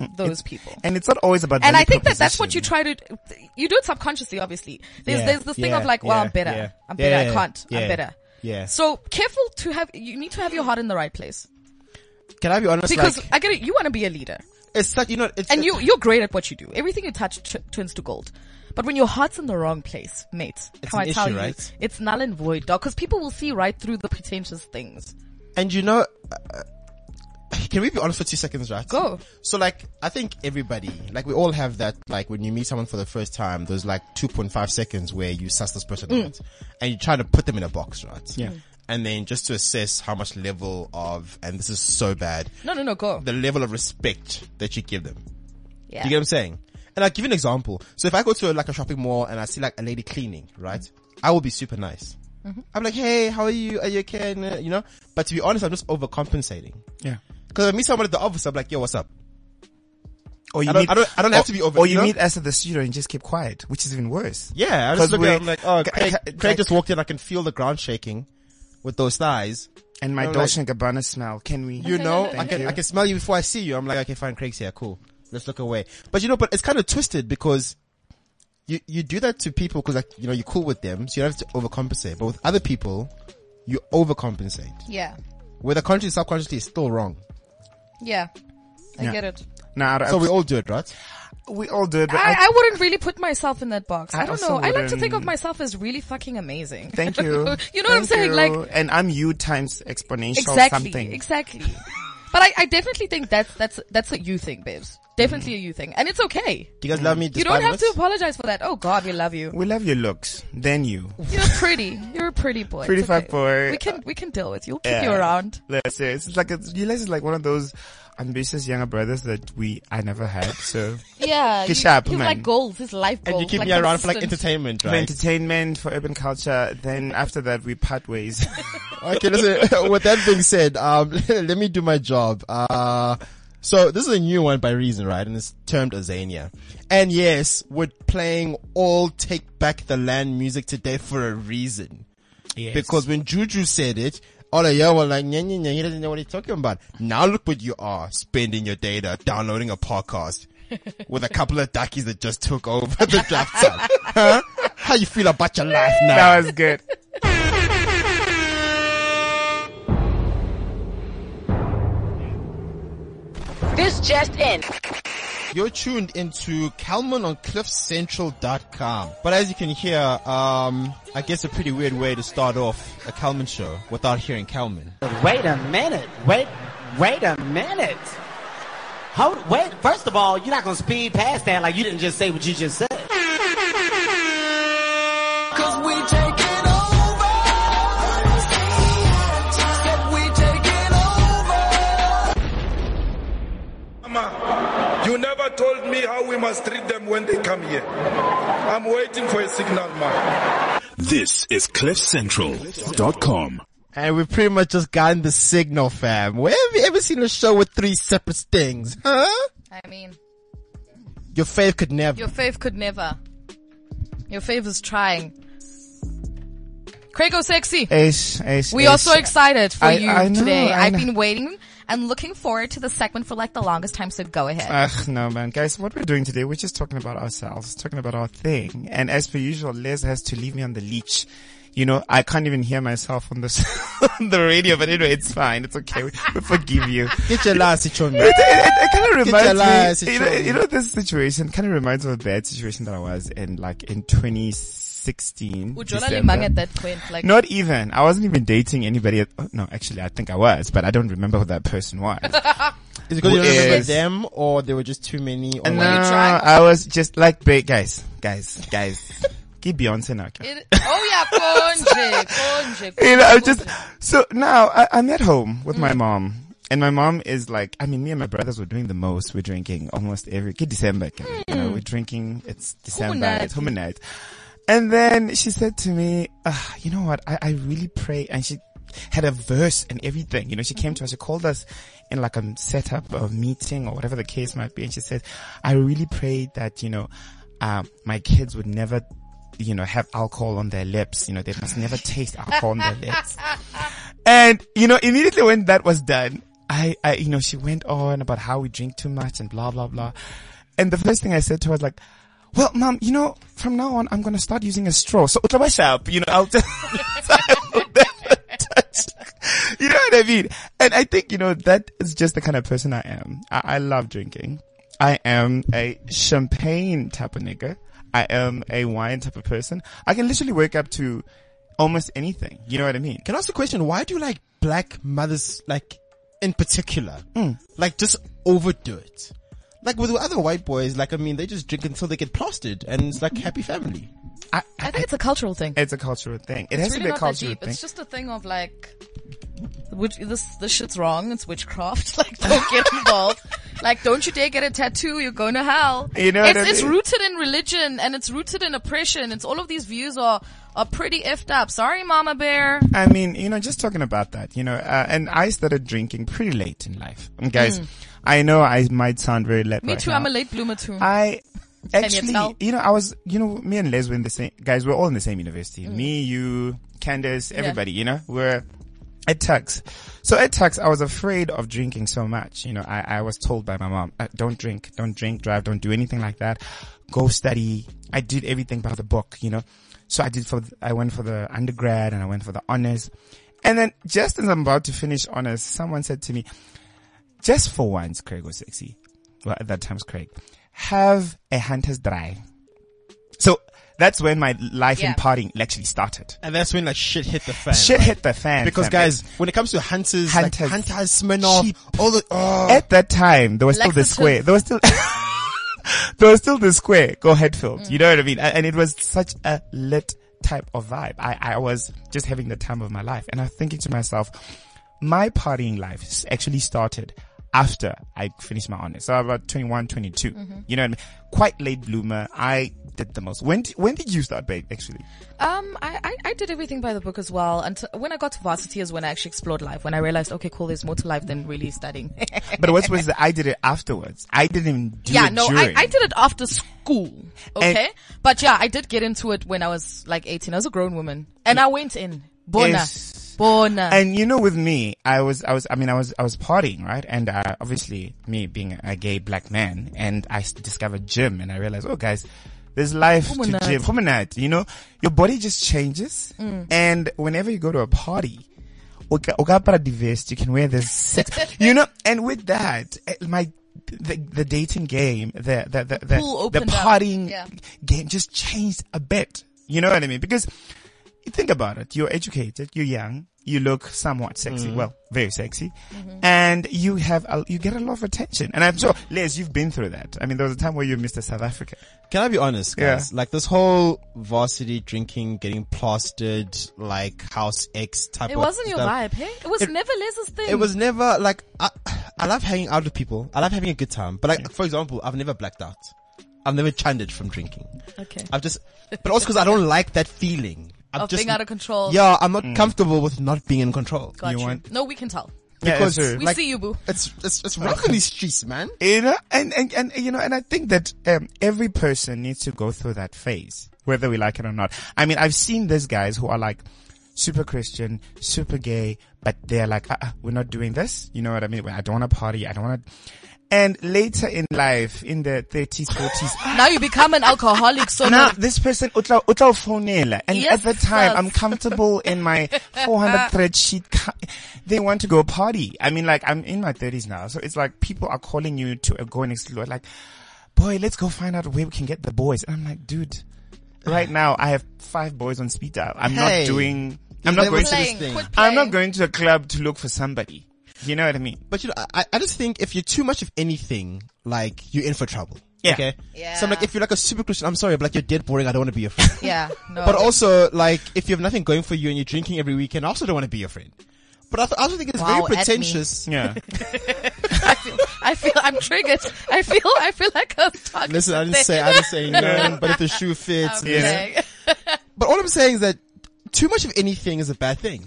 Speaker 2: Mm,
Speaker 3: those people.
Speaker 4: And it's not always about.
Speaker 3: And
Speaker 4: value
Speaker 3: I think that that's what you
Speaker 4: proposition.
Speaker 3: try to. You do it subconsciously, obviously. There's
Speaker 2: Yeah,
Speaker 3: there's this thing of
Speaker 2: yeah,
Speaker 3: like, well,
Speaker 2: yeah,
Speaker 3: I'm better,
Speaker 2: yeah.
Speaker 3: I'm better,
Speaker 2: Yeah,
Speaker 3: I can't,
Speaker 2: yeah,
Speaker 3: I'm better.
Speaker 2: yeah.
Speaker 3: So careful to have. You need to have your heart in the right place
Speaker 2: Can I be honest?
Speaker 3: because
Speaker 2: like,
Speaker 3: I get it. You want to be a leader.
Speaker 2: it's such, you know, it's, it's-
Speaker 3: And you, you're great at what you do. Everything you touch t- turns to gold. But when your heart's in the wrong place, mate,
Speaker 2: It's
Speaker 3: can
Speaker 2: an
Speaker 3: I tell
Speaker 2: issue,
Speaker 3: you,
Speaker 2: right?
Speaker 3: it's null and void, dog. Because people will see right through the pretentious things.
Speaker 2: And you know, uh, can we be honest for two seconds, right?
Speaker 3: Go.
Speaker 2: So like, I think everybody, like we all have that, like when you meet someone for the first time, there's like 2.5 seconds where you suss this person out and you're trying to put them in a box, right?
Speaker 4: Yeah. Mm.
Speaker 2: And then just to assess how much level of, and this is so bad,
Speaker 3: No, no, no, go.
Speaker 2: the level of respect that you give them.
Speaker 3: yeah.
Speaker 2: Do you get what I'm saying? And I'll give you an example. So if I go to like a shopping mall and I see like a lady cleaning, right? I will be super nice. I'm like, hey, how are you? Are you okay? And, uh, You know? But to be honest, I'm just overcompensating.
Speaker 4: Yeah.
Speaker 2: Cause I meet someone at the office, I'm like, yo, what's up?
Speaker 4: Or you
Speaker 2: I don't-
Speaker 4: meet-
Speaker 2: I don't- I don't have
Speaker 4: or-
Speaker 2: to be over-
Speaker 4: Or
Speaker 2: you
Speaker 4: you,
Speaker 2: know?
Speaker 4: meet us at the studio and just keep quiet, which is even worse.
Speaker 2: Yeah. I
Speaker 4: 'Cause
Speaker 2: just look
Speaker 4: we-
Speaker 2: at him like, oh,
Speaker 4: ca-
Speaker 2: Craig,
Speaker 4: ca-
Speaker 2: Craig just
Speaker 4: like-
Speaker 2: walked in. I can feel the ground shaking with those thighs.
Speaker 4: And my
Speaker 2: I'm
Speaker 4: Dolce and Gabbana smell. Can we?
Speaker 2: You know, I
Speaker 4: Thank
Speaker 2: can,
Speaker 4: you.
Speaker 2: I can smell you before I see you. I'm like, okay, fine. Craig's here. Cool. Let's look away. But you know, but it's kind of twisted because you, you do that to people because like, you know, you're cool with them. So you don't have to overcompensate. But with other people, you overcompensate.
Speaker 3: yeah.
Speaker 2: Whether consciously or subconsciously is still wrong.
Speaker 3: Yeah. I
Speaker 4: Yeah.
Speaker 3: get it.
Speaker 4: Nah, I,
Speaker 2: So
Speaker 4: we,
Speaker 2: we all do it, right?
Speaker 4: we all do, but
Speaker 3: I,
Speaker 4: I,
Speaker 3: I wouldn't really put myself in that box. I,
Speaker 4: I
Speaker 3: don't
Speaker 4: also
Speaker 3: know. I like to think of
Speaker 4: wouldn't-
Speaker 3: myself as really fucking amazing.
Speaker 4: thank you.
Speaker 3: you know what I'm
Speaker 4: Thank
Speaker 3: saying?
Speaker 4: you.
Speaker 3: Like,
Speaker 4: and I'm you times exponential
Speaker 3: exactly,
Speaker 4: something.
Speaker 3: exactly. but I, I definitely think that's that's that's a you thing, babes. Definitely a
Speaker 4: Mm-hmm.
Speaker 3: you thing, and it's okay.
Speaker 2: Do you guys love me?
Speaker 3: You don't
Speaker 2: despite
Speaker 3: have to
Speaker 2: this?
Speaker 3: apologize for that. Oh God, we love you.
Speaker 4: we love your looks, then you.
Speaker 3: You're pretty. You're a pretty boy. It's
Speaker 4: Pretty fat
Speaker 3: okay.
Speaker 4: boy.
Speaker 3: We can we can deal with you. We'll keep
Speaker 4: Yeah.
Speaker 3: you around.
Speaker 4: That's it. It's like it's, you guys is like one of those ambitious younger brothers that we I never had. So
Speaker 3: Yeah,
Speaker 4: Good
Speaker 3: you-
Speaker 4: job,
Speaker 3: he's
Speaker 4: man.
Speaker 3: like goals. His life
Speaker 2: And
Speaker 3: goals.
Speaker 2: you keep
Speaker 3: like
Speaker 2: me around for like
Speaker 3: consistent.
Speaker 2: entertainment,
Speaker 4: for
Speaker 2: right?
Speaker 4: entertainment, for urban culture. Then after that, we part ways.
Speaker 2: Okay, listen, with that being said, um, let me do my job. Uh, so this is a new one by Reason, right? And it's termed Azania. And yes, we're playing all Take Back the Land music today for a reason. Because when Juju said it, all of y'all were like, "Nya, nya, nya, he doesn't know what he's talking about. Now look what you are, spending your data downloading a podcast with a couple of duckies that just took over the draft time. Huh? How you feel about your life now?
Speaker 4: that was good.
Speaker 6: This just in.
Speaker 2: You're tuned into Calman on CliffCentral.com. But as you can hear, um, I guess a pretty weird way to start off a Calman show without hearing Calman.
Speaker 10: Wait a minute. Wait, wait a minute. Hold, wait. First of all, you're not gonna speed past that like you didn't just say what you just said. Cause we taking over. Said we taking over.
Speaker 8: Mama, you never told me how we must treat them when they come here. I'm waiting for a signal, man.
Speaker 9: This is CliffCentral.com.
Speaker 2: And we've pretty much just gotten the signal, fam. Where have you ever seen a show with three separate things, huh?
Speaker 3: I mean,
Speaker 2: Your faith could never.
Speaker 3: your faith could never. Your faith is trying. Craig O sexy.
Speaker 4: Ish, ish,
Speaker 3: We
Speaker 4: ish.
Speaker 3: are so excited for
Speaker 4: I-
Speaker 3: you
Speaker 4: I know,
Speaker 3: today.
Speaker 4: I
Speaker 3: I've
Speaker 4: know.
Speaker 3: been waiting and looking forward to the segment for like the longest time, so go ahead.
Speaker 4: Ugh, no, man. Guys, what we're doing today, we're just talking about ourselves, talking about our thing. And as per usual, Les has to leave me on the leash. You know, I can't even hear myself on this, on the radio, but anyway, it's fine. It's okay. We, we forgive you.
Speaker 2: Get your lies,
Speaker 4: It,
Speaker 2: Sichon.
Speaker 4: kind of
Speaker 2: your lies,
Speaker 4: reminds me, you know,
Speaker 2: Sichoni.
Speaker 4: you know, this situation kind of reminds me of a bad situation that I was in, like in 2016. December.
Speaker 3: at that point, like
Speaker 4: Not even. I wasn't even dating anybody. At, oh, no, actually, I think I was, but I don't remember who that person was.
Speaker 2: Is it because you don't remember
Speaker 4: Yes.
Speaker 2: them or there were just too many? Or
Speaker 4: No,
Speaker 2: like-
Speaker 3: trying?
Speaker 4: I was just like, ba- guys, guys, guys, keep Beyonce now. okay?
Speaker 3: It, oh yeah, konje, konje, konje.
Speaker 4: You know, I'm just so now I, I'm at home with
Speaker 2: Mm.
Speaker 4: my mom, and my mom is like, I mean, me and my brothers were doing the most. We're drinking almost every okay, December. okay, You
Speaker 2: Mm.
Speaker 4: know, we're drinking. It's December.
Speaker 3: Humanite.
Speaker 4: It's home night. And then she said to me, "Ah, you know what? I, I really pray. And she had a verse and everything. You know, she came to us, she called us in like a setup or meeting or whatever the case might be. And she said, I really pray that, you know, uh, my kids would never, you know, have alcohol on their lips. You know, they must never taste alcohol on their lips. And, you know, immediately when that was done, I, I, you know, she went on about how we drink too much and blah, blah, blah. And the first thing I said to her was like, well, mom, you know, from now on, I'm going to start using a straw. So, utla bashap, you know, I'll just, I will never touch. You know what I mean? And I think, you know, that is just the kind of person I am. I, I love drinking. I am a champagne type of nigga. I am a wine type of person. I can literally wake up to almost anything. You know what I mean?
Speaker 2: Can I ask a question? Why do you like black mothers, like in particular, like just overdo it? Like with other white boys, like I mean, they just drink until they get plastered, and it's like happy family.
Speaker 4: I,
Speaker 3: I think it's a cultural thing.
Speaker 4: It's a cultural thing. It
Speaker 3: It's
Speaker 4: has
Speaker 3: really
Speaker 4: to be a
Speaker 3: not that
Speaker 4: cultural
Speaker 3: deep.
Speaker 4: thing.
Speaker 3: It's just a thing of like, which, this this shit's wrong. It's witchcraft. Like, don't get involved. like, don't you dare get a tattoo. You're going to hell.
Speaker 4: You know what
Speaker 3: it's,
Speaker 4: I
Speaker 3: it's
Speaker 4: mean?
Speaker 3: rooted in religion and it's rooted in oppression. It's all of these views are are pretty effed up. Sorry, Mama Bear.
Speaker 4: I mean, you know, just talking about that, you know, uh, and I started drinking pretty late in life. Um, guys,
Speaker 3: Mm.
Speaker 4: I know I might sound very late.
Speaker 3: Me
Speaker 4: right
Speaker 3: too.
Speaker 4: now.
Speaker 3: I'm a late bloomer too.
Speaker 4: I
Speaker 3: Can you
Speaker 4: Actually,
Speaker 3: tell?
Speaker 4: you know, I was, you know, me and Les were in the same, guys, we're all in the same university.
Speaker 3: Mm.
Speaker 4: Me, you, Candace,
Speaker 11: Yeah.
Speaker 4: everybody, you know, we're at Tux. So at Tux, I was afraid of drinking so much. You know, I, I was told by my mom, uh, don't drink, don't drink, drive, don't do anything like that. Go study. I did everything by the book, you know. So I did for, th- I went for the undergrad and I went for the honors. And then just as I'm about to finish honors, someone said to me, just for once, Craig was sexy. Well, at that time's Craig. Have a hunter's dry. So that's when my life
Speaker 2: Yeah.
Speaker 4: in partying actually started.
Speaker 2: And that's when like shit hit the fan.
Speaker 4: Shit
Speaker 2: right?
Speaker 4: hit the fan.
Speaker 2: Because
Speaker 4: fam.
Speaker 2: guys, when it comes to hunters, hunters, like hunters, Smirnoff, all the oh.
Speaker 4: At that time, there was still the
Speaker 2: Laxative.
Speaker 4: square. There was still, there was still the square. Go Headfield.
Speaker 3: Mm.
Speaker 4: You know what I mean? A- And it was such a lit type of vibe. I, I was just having the time of my life and I'm thinking to myself, my partying life s- actually started after I finished my honors. So about 21, 22.
Speaker 3: Mhm.
Speaker 4: You know what I mean? Quite late bloomer. I did the most. When, d- when did you start, babe, actually?
Speaker 3: Um, I, I, I did everything by the book as well. And when I got to varsity is when I actually explored life. When I realized, okay, cool, there's more to life than really studying.
Speaker 4: But what's was I did it afterwards. I didn't even do
Speaker 3: yeah,
Speaker 4: it
Speaker 3: no, I,
Speaker 4: during.
Speaker 3: I did it after school.
Speaker 4: And-
Speaker 3: Okay. but yeah, I did get into it when I was like 18. I was a grown woman and I went in. Bona.
Speaker 4: Yes.
Speaker 3: Bona.
Speaker 4: And you know, with me, I was, I was, I mean, I was, I was partying, right? And, uh, obviously me being a gay black man and I s- discovered gym and I realized, oh guys, there's life
Speaker 3: Promenade.
Speaker 4: to gym. Promenade, you know, your body just changes.
Speaker 3: Mm.
Speaker 4: And whenever you go to a party, uka- ukapara divest, you can wear this, set- you know, and with that, eh, my, the, the dating game, the, the, the,
Speaker 11: Pool
Speaker 4: the, the
Speaker 11: opened up.
Speaker 4: partying
Speaker 11: Yeah.
Speaker 4: game just changed a bit. You know what I mean? Because you think about it. You're educated. You're young. You look somewhat sexy.
Speaker 11: Mhm.
Speaker 4: Well, very sexy.
Speaker 11: Mm-hmm.
Speaker 4: And you have, a, you get a lot of attention. And I'm sure, Les, you've been through that. I mean, there was a time where you missed a South Africa.
Speaker 2: Can I be honest,
Speaker 4: Yeah.
Speaker 2: guys? Like this whole varsity drinking, getting plastered, like house X type.
Speaker 3: it
Speaker 2: of
Speaker 3: wasn't your
Speaker 2: stuff.
Speaker 3: vibe, hey? It was never Les's thing.
Speaker 2: It was never like I. I love hanging out with people. I love having a good time. But like, for example, I've never blacked out. I've never chundered from drinking.
Speaker 3: Okay.
Speaker 2: I've just, but also because I don't like that feeling I'm
Speaker 3: Of
Speaker 2: just,
Speaker 3: being out of control.
Speaker 2: Yeah, I'm not
Speaker 3: Mm.
Speaker 2: comfortable with not being in control.
Speaker 3: Got you. no, we can tell.
Speaker 2: Because
Speaker 3: we
Speaker 2: like,
Speaker 3: see you, boo.
Speaker 2: It's, it's, it's rough in these streets, man.
Speaker 4: You know, and, and, and, you know, and I think that, um, every person needs to go through that phase, whether we like it or not. I mean, I've seen these guys who are like super Christian, super gay, but they're like, uh, uh, we're not doing this. You know what I mean? I don't want to party. I don't want to. And later in life, in the 30s, 40s,
Speaker 3: Now you become an alcoholic, so
Speaker 4: now
Speaker 3: now
Speaker 4: this person utla utla ufonela. and
Speaker 3: Yes,
Speaker 4: at the time
Speaker 3: yes.
Speaker 4: I'm comfortable in my 400 thread sheet. ca- They want to go party. I mean, like I'm in my 30s now, so it's like people are calling you to uh, go and explore. Like, boy, let's go find out where we can get the boys. And I'm like, dude, right now I have five boys on speed dial. I'm
Speaker 2: Hey.
Speaker 4: not doing. I'm not
Speaker 2: Never
Speaker 4: going
Speaker 2: said
Speaker 4: to
Speaker 2: Playing, this thing. quit
Speaker 4: I'm not going to a club to look for somebody. You know what I mean?
Speaker 2: But you know, I, I just think if you're too much of anything, like you're in for trouble.
Speaker 4: Yeah.
Speaker 2: Okay.
Speaker 3: Yeah.
Speaker 2: So I'm like, if you're like a super Christian, I'm sorry, but like you're dead boring. I don't want to be your friend.
Speaker 3: yeah, no.
Speaker 2: But also, like, if you have nothing going for you and you're drinking every weekend, I also don't want to be your friend. But I, th- I also think it's
Speaker 3: Wow, at me.
Speaker 2: very pretentious.
Speaker 4: Yeah.
Speaker 3: I feel I'm triggered. I feel I feel like I'm talking.
Speaker 2: Listen, I
Speaker 3: to
Speaker 2: didn't say, I didn't say no, but if the shoe fits,
Speaker 3: Okay.
Speaker 2: listen. But all I'm saying is that too much of anything is a bad thing.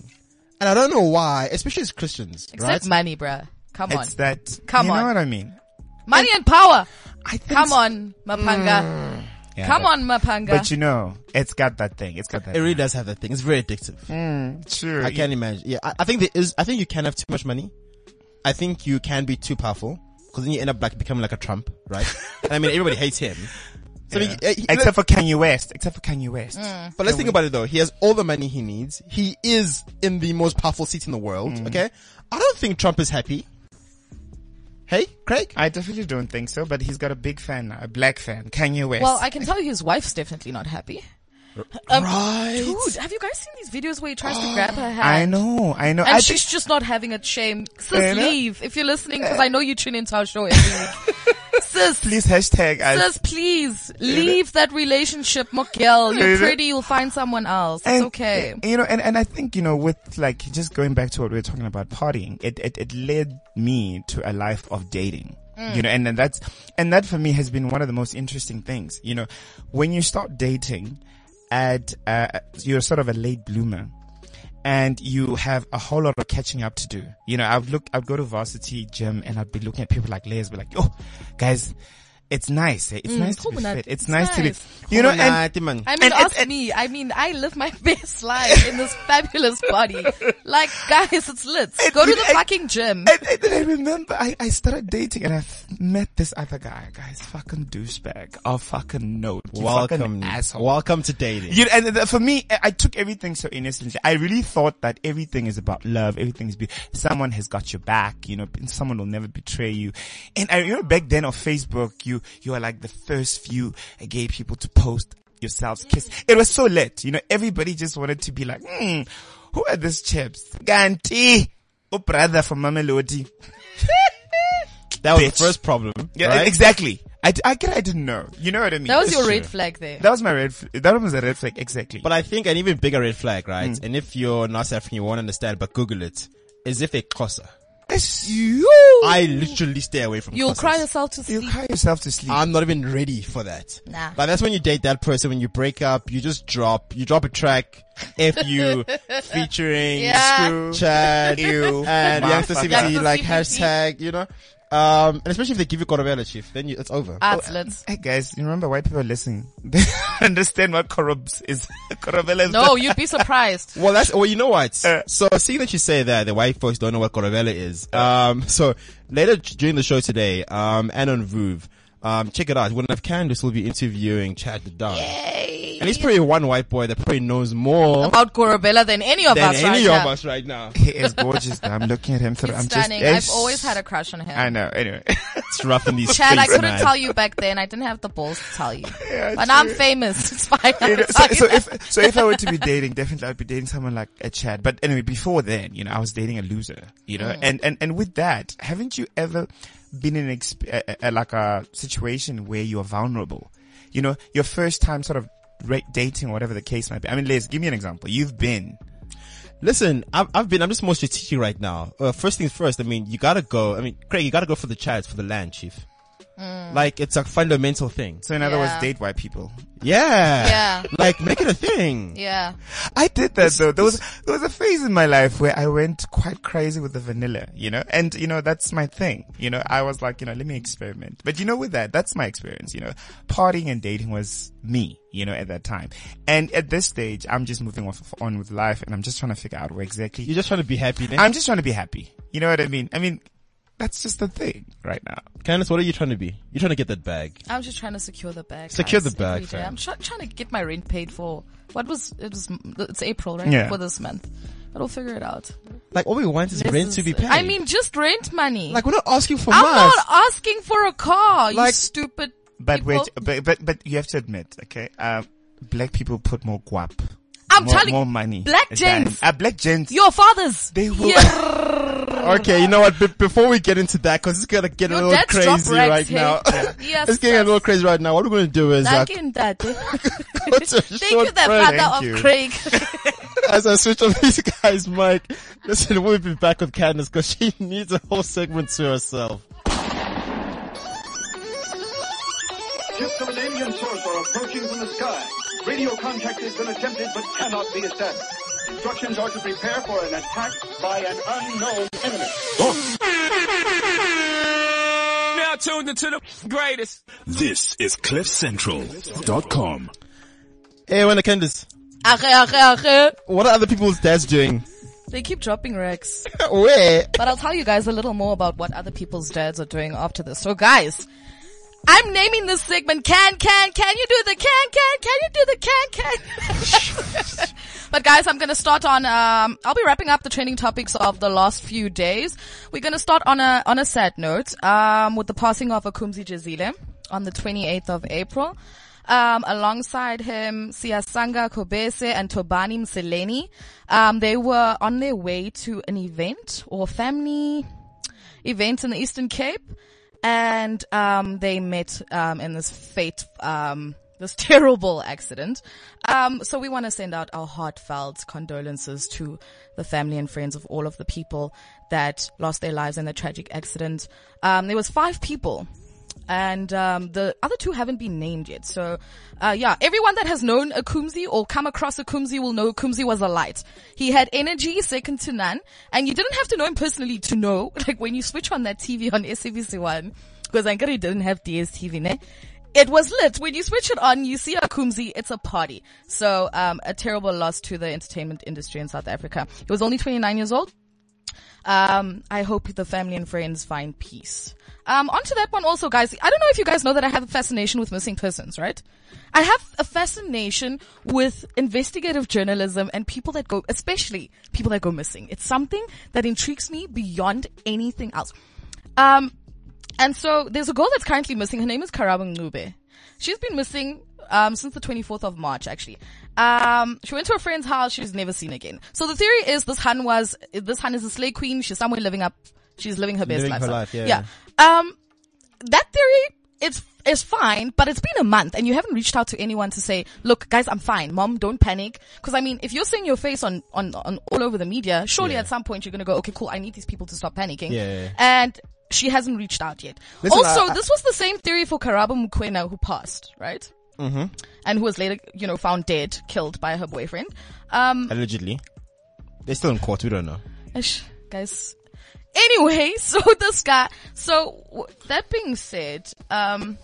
Speaker 2: And I don't know why, especially as Christians,
Speaker 3: Except
Speaker 2: right?
Speaker 3: money, bruh. Come on.
Speaker 4: It's that.
Speaker 3: Come
Speaker 4: you
Speaker 3: on.
Speaker 4: know what I mean?
Speaker 3: Money and power. Come on, Mapanga.
Speaker 4: Mm. Yeah,
Speaker 3: Come
Speaker 4: but-
Speaker 3: on, Mapanga.
Speaker 4: But you know, it's got that thing. It's got that.
Speaker 2: It really does have that thing. It's very addictive.
Speaker 4: Sure.
Speaker 2: I can't imagine. Yeah, I, I think there is. I think you can have too much money. I think you can be too powerful because then you end up like becoming like a Trump, right? and I mean, everybody hates him. So I mean,
Speaker 4: Yeah.
Speaker 2: uh, he-
Speaker 4: except for Kanye West. Except for Kanye West.
Speaker 3: Mm.
Speaker 2: But let's think about it though. He has all the money he needs. He
Speaker 4: Mm.
Speaker 2: is in the most powerful seat in the world. Okay, I don't think Trump is happy. Hey, Craig?
Speaker 4: I definitely don't think so, but he's got a big fan now, a black fan, Kanye West.
Speaker 3: Well, I can tell you his wife's definitely not happy. Um, Dude, have you guys seen these videos where he tries to grab her hand?
Speaker 4: I know, I know.
Speaker 3: And
Speaker 4: I think-
Speaker 3: she's just not having a shame. Sis,
Speaker 4: Anna?
Speaker 3: leave. If you're listening, because I know you tune into our show every week. sis,
Speaker 4: please hashtag us.
Speaker 3: sis, please leave that relationship, Mokel. You're
Speaker 4: Anna?
Speaker 3: pretty. You'll find someone else. It's
Speaker 4: And, eh,
Speaker 3: okay.
Speaker 4: You know, and, and I think, you know, with like just going back to what we were talking about partying, it, it, it led me to a life of dating.
Speaker 11: Mm.
Speaker 4: You know, and, and that's, and that for me has been one of the most interesting things. You know, when you start dating at, uh, you're sort of a late bloomer and you have a whole lot of catching up to do. You know, I'd look, I'd go to varsity gym and I'd be looking at people like Les, be like, oh, guys, it's nice. eh? It's
Speaker 3: Mm,
Speaker 4: nice to be
Speaker 3: coconut.
Speaker 4: fit. It's
Speaker 3: It's
Speaker 4: nice,
Speaker 3: nice.
Speaker 4: to be, you know,
Speaker 2: Coconut,
Speaker 4: and,
Speaker 2: man.
Speaker 3: I mean,
Speaker 4: and- and-
Speaker 3: ask me. I mean, I live my best life in this fabulous body. Like, guys, it's lit. Go to the fucking gym.
Speaker 4: And then I remember I, I started dating and I f- met this other guy. Guys, fucking douchebag. Oh, fucking no. You
Speaker 2: Welcome,
Speaker 4: Fucking asshole.
Speaker 2: welcome to dating.
Speaker 4: You know, and th- for me, I I took everything so innocently. I really thought that everything is about love. Everything is, be- someone has got your back, you know, and someone will never betray you. And I remember back then on Facebook, you, you are like the first few uh, gay people to post yourselves kiss. It was so lit. You know, everybody just wanted to be like, hmm, who are these chips? Ganti. Oh, brother from Mamelodi.
Speaker 2: That was
Speaker 4: Bitch.
Speaker 2: the first problem.
Speaker 4: Yeah,
Speaker 2: right?
Speaker 4: exactly. I, d- I, get- I didn't know. You know what I mean?
Speaker 3: That was your red flag there.
Speaker 4: That was my red. Fl- that was a red flag. Exactly.
Speaker 2: But I think an even bigger red flag, right? And if you're not South African, you won't understand, but Google it. Is if a crosser. I literally stay away from
Speaker 3: You'll
Speaker 2: Xhosas.
Speaker 3: cry yourself to sleep.
Speaker 4: yourself to sleep.
Speaker 2: I'm not even ready for that.
Speaker 3: Nah.
Speaker 2: But that's when you date that person, when you break up, you just drop, you drop a track, F you, featuring
Speaker 3: Yeah.
Speaker 4: Screw,
Speaker 2: Chad,
Speaker 4: you,
Speaker 2: and Youngster
Speaker 4: motherfucker.
Speaker 2: CBT, like
Speaker 3: Youngster
Speaker 2: hashtag, you know? Um, and especially if they give you Corobella, chief, then you, it's over.
Speaker 3: Ah, it's lit.
Speaker 4: Hey guys, you remember white people listening? They understand what corrupts is. Corrupella is.
Speaker 3: No, you'd be surprised.
Speaker 2: Well, that's well. You know what? so seeing that you say that, the white folks don't know what Coravella is. Um, so later t- during the show today, um, and on Vuv, um, check it out. One of Candice will be interviewing Chad the Dog, and he's probably one white boy that probably knows more
Speaker 3: About Gorabella than any of
Speaker 2: than
Speaker 3: us
Speaker 2: any
Speaker 3: right
Speaker 2: of
Speaker 3: now.
Speaker 2: us right now.
Speaker 4: He is gorgeous. though. I'm looking at him. So I'm
Speaker 3: Stunning.
Speaker 4: just. Eh,
Speaker 3: I've always had a crush on him.
Speaker 4: I know. Anyway,
Speaker 2: It's rough in these
Speaker 3: Chad, I
Speaker 2: streets,
Speaker 3: couldn't
Speaker 2: man.
Speaker 3: tell you back then. I didn't have the balls to tell you. but now I'm famous. It's fine.
Speaker 4: You know,
Speaker 3: I'll tell
Speaker 4: so,
Speaker 3: you
Speaker 4: so
Speaker 3: that.
Speaker 4: if so if I were to be dating, definitely I'd be dating someone like a Chad. But anyway, before then, you know, I was dating a loser. You know,
Speaker 11: Mm.
Speaker 4: and and and with that, haven't you ever been in an exp- a, a, like a situation where you are vulnerable? You know, your first time sort of ra- dating, whatever the case might be. I mean, Les, give me an example. You've been.
Speaker 2: Listen, I've, I've been, I'm just more strategic right now. Uh, first things first, I mean, you gotta go, I mean, Craig, you gotta go for the Chads, for the land, chief.
Speaker 3: Mm.
Speaker 2: Like, it's a fundamental thing.
Speaker 4: So in other
Speaker 3: Yeah.
Speaker 4: words, date white people.
Speaker 2: Yeah.
Speaker 3: Yeah.
Speaker 2: Like, make it a thing.
Speaker 3: yeah.
Speaker 4: I did that though. There was there was a phase in my life where I went quite crazy with the vanilla, you know, and you know that's my thing. You know, I was like, you know, let me experiment. But you know, with that, that's my experience. You know, partying and dating was me, you know, at that time. And at this stage, I'm just moving off on with life, and I'm just trying to figure out where exactly.
Speaker 2: You're just trying to be happy then?
Speaker 4: I'm just trying to be happy. You know what I mean? I mean, that's just the thing right now.
Speaker 2: Candice, what are you trying to be? You're trying to get that bag.
Speaker 3: I'm just trying to secure the bag.
Speaker 2: Secure
Speaker 3: guys,
Speaker 2: the bag,
Speaker 3: every day.
Speaker 2: fam.
Speaker 3: I'm try- trying to get my rent paid for. What was it? Was it's April right?
Speaker 2: Yeah.
Speaker 3: For this month, but we'll figure it out.
Speaker 2: Like, all we want is rent to be paid.
Speaker 3: I mean, just rent money.
Speaker 2: like, we're not asking for
Speaker 3: I'm
Speaker 2: much.
Speaker 3: not asking for a car. you
Speaker 2: Like- uh,
Speaker 3: stupid.
Speaker 4: But wait,
Speaker 3: people.
Speaker 4: but but but you have to admit, okay, um, black people put more guap.
Speaker 3: I'm
Speaker 4: more,
Speaker 3: telling-
Speaker 4: more money.
Speaker 3: black
Speaker 4: than-
Speaker 3: gents.
Speaker 4: uh, black gents.
Speaker 3: Your fathers.
Speaker 4: They will.
Speaker 2: Okay, you know what? Be- before we get into that, because it's gonna get a little
Speaker 3: dad's drop
Speaker 2: crazy
Speaker 3: racks,
Speaker 2: right
Speaker 3: hey?
Speaker 2: now.
Speaker 3: Yes,
Speaker 2: it's getting a little crazy right now. What we're gonna do is, uh,
Speaker 3: Like in that. Thank you,
Speaker 2: short
Speaker 3: the
Speaker 2: break.
Speaker 3: father
Speaker 2: Thank
Speaker 3: of
Speaker 2: you.
Speaker 3: Craig.
Speaker 2: as I switch on these guys' mic, listen, we'll be back with Candice because she needs a whole segment to herself.
Speaker 12: Alien source are approaching from the sky. Radio contact has been attempted but cannot be established. Instructions are to prepare for an attack by an unknown enemy.
Speaker 7: Now tuned into the greatest.
Speaker 9: This is CliffCentral.com.
Speaker 2: Hey, when Candice,
Speaker 3: Ache, ache, ache.
Speaker 2: what are other people's dads doing?
Speaker 3: They keep dropping wrecks.
Speaker 2: Where?
Speaker 3: But I'll tell you guys a little more about what other people's dads are doing after this. So guys, I'm naming this segment can, can, can you do the can, can, can you do the can, can? but guys, I'm going to start on, um, I'll be wrapping up the trending topics of the last few days. We're going to start on a, on a sad note, um, with the passing of Akumzi Jazile on the 28th of April. Um, alongside him, Siasanga Kobese and Tobani Mseleni. Um, they were on their way to an event or family event in the Eastern Cape and um, they met um, in this fate, um, this terrible accident. Um, so we want to send out our heartfelt condolences to the family and friends of all of the people that lost their lives in the tragic accident. Um, there was five people. And um, the other two haven't been named yet. So, uh, yeah, everyone that has known Akumzi or come across Akumzi will know Akumzi was a light. He had energy second to none, and you didn't have to know him personally to know. Like when you switch on that TV on SABC One, because Ankara didn't have DSTV, ne? It was lit. When you switch it on, you see Akumzi. It's a party. So, um, a terrible loss to the entertainment industry in South Africa. He was only 29 years old. Um, I hope the family and friends find peace. Um, onto that one also, guys. I don't know if you guys know that I have a fascination with missing persons, right? I have a fascination with investigative journalism and people that go, especially people that go missing. It's something that intrigues me beyond anything else. Um, and so there's a girl that's currently missing. Her name is Karabang Nube. She's been missing um, since the 24th of March, actually. Um, she went to a friend's house. She was never seen again. So the theory is this Han was this Han is a slay queen. She's somewhere living up. She's living her best
Speaker 2: Living her
Speaker 3: lifestyle.
Speaker 2: life, yeah.
Speaker 3: Um, that theory it's is fine, but it's been a month and you haven't reached out to anyone to say, "Look, guys, I'm fine. Mom, don't panic." Because I mean, if you're seeing your face on on on all over the media, surely
Speaker 2: Yeah.
Speaker 3: at some point you're gonna go, "Okay, cool. I need these people to stop panicking."
Speaker 2: Yeah, yeah, yeah.
Speaker 3: And she hasn't reached out yet.
Speaker 2: Listen,
Speaker 3: also,
Speaker 2: I- I-
Speaker 3: this was the same theory for Karabo Mukwena who passed, right?
Speaker 2: Mm-hmm.
Speaker 3: and who was later, you know, found dead, killed by her boyfriend. Um,
Speaker 2: Allegedly. They're still in court. We don't know.
Speaker 3: ish, guys. Anyway, so this guy. So w- that being said, um,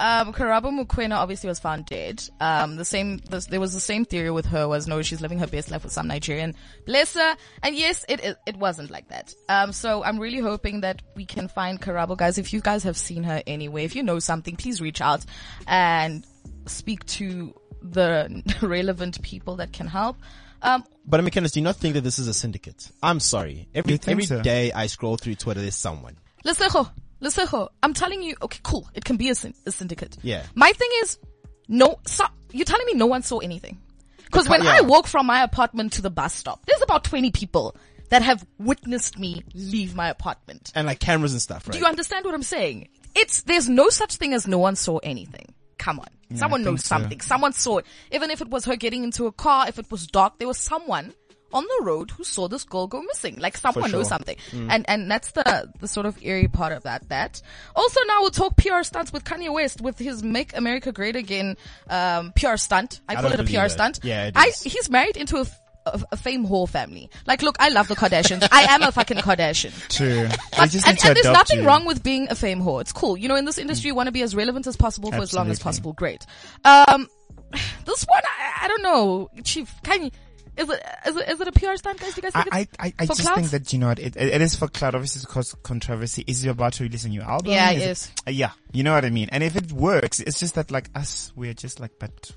Speaker 3: um, Karabo Mukwena obviously was found dead. Um, the same, this, there was the same theory with her was no, she's living her best life with some Nigerian. Bless her. And yes, it, it, it wasn't like that. Um, so I'm really hoping that we can find Karabo. Guys, if you guys have seen her anywhere, if you know something, please reach out and speak to the relevant people that can help. Um,
Speaker 2: But I mean, Kenneth, do you not think that this is a syndicate? I'm sorry. Every every day
Speaker 3: so?
Speaker 2: I scroll through Twitter, there's someone.
Speaker 3: Lesejo, Lesejo, I'm telling you, okay, cool. It can be a, syn- a syndicate.
Speaker 2: Yeah.
Speaker 3: My thing is, no, so, you're telling me no one saw anything. Cause
Speaker 2: Okay,
Speaker 3: when
Speaker 2: yeah.
Speaker 3: I walk from my apartment to the bus stop, there's about 20 people that have witnessed me leave my apartment.
Speaker 2: And like cameras and stuff, right?
Speaker 3: Do you understand what I'm saying? It's, there's no such thing as no one saw anything. Come on.
Speaker 2: Yeah, I
Speaker 3: someone
Speaker 2: think
Speaker 3: knows
Speaker 2: so.
Speaker 3: something. Someone saw it. Even if it was her getting into a car, if it was dark, there was someone on the road who saw this girl go missing. Like someone
Speaker 11: sure.
Speaker 3: knows something.
Speaker 11: Mm.
Speaker 3: And, and that's the, the sort of eerie part of that, that. Also now we'll talk PR stunts with Kanye West with his Make America Great Again, um, PR stunt. I,
Speaker 2: I
Speaker 3: call
Speaker 2: don't
Speaker 3: it a
Speaker 2: believe
Speaker 3: PR
Speaker 2: it.
Speaker 3: stunt.
Speaker 2: Yeah, it
Speaker 3: I,
Speaker 2: is.
Speaker 3: he's married into a, f- a- a fame whore family. Like, look, I love the Kardashians. I am a fucking Kardashian.
Speaker 4: True.
Speaker 3: But- and, and there's nothing wrong with being a fame whore. It's cool. You know, in this industry, you want to be as relevant as possible for as long as
Speaker 4: Absolutely.
Speaker 3: possible. Great. Um, this one, I, I don't know, Chief. Can you? Is it is it, is it a PR stunt, guys? Do you guys think
Speaker 4: I,
Speaker 3: it's
Speaker 4: I, I, I
Speaker 3: for
Speaker 4: just
Speaker 3: clout?
Speaker 4: think that, you know, what, it, it, it is for cloud. Obviously, it's caused controversy. Is he about to release a new album?
Speaker 3: Yeah, it
Speaker 4: is. it- uh, yeah, you know what I mean? And if it works, it's just that, like, us, we're just like, but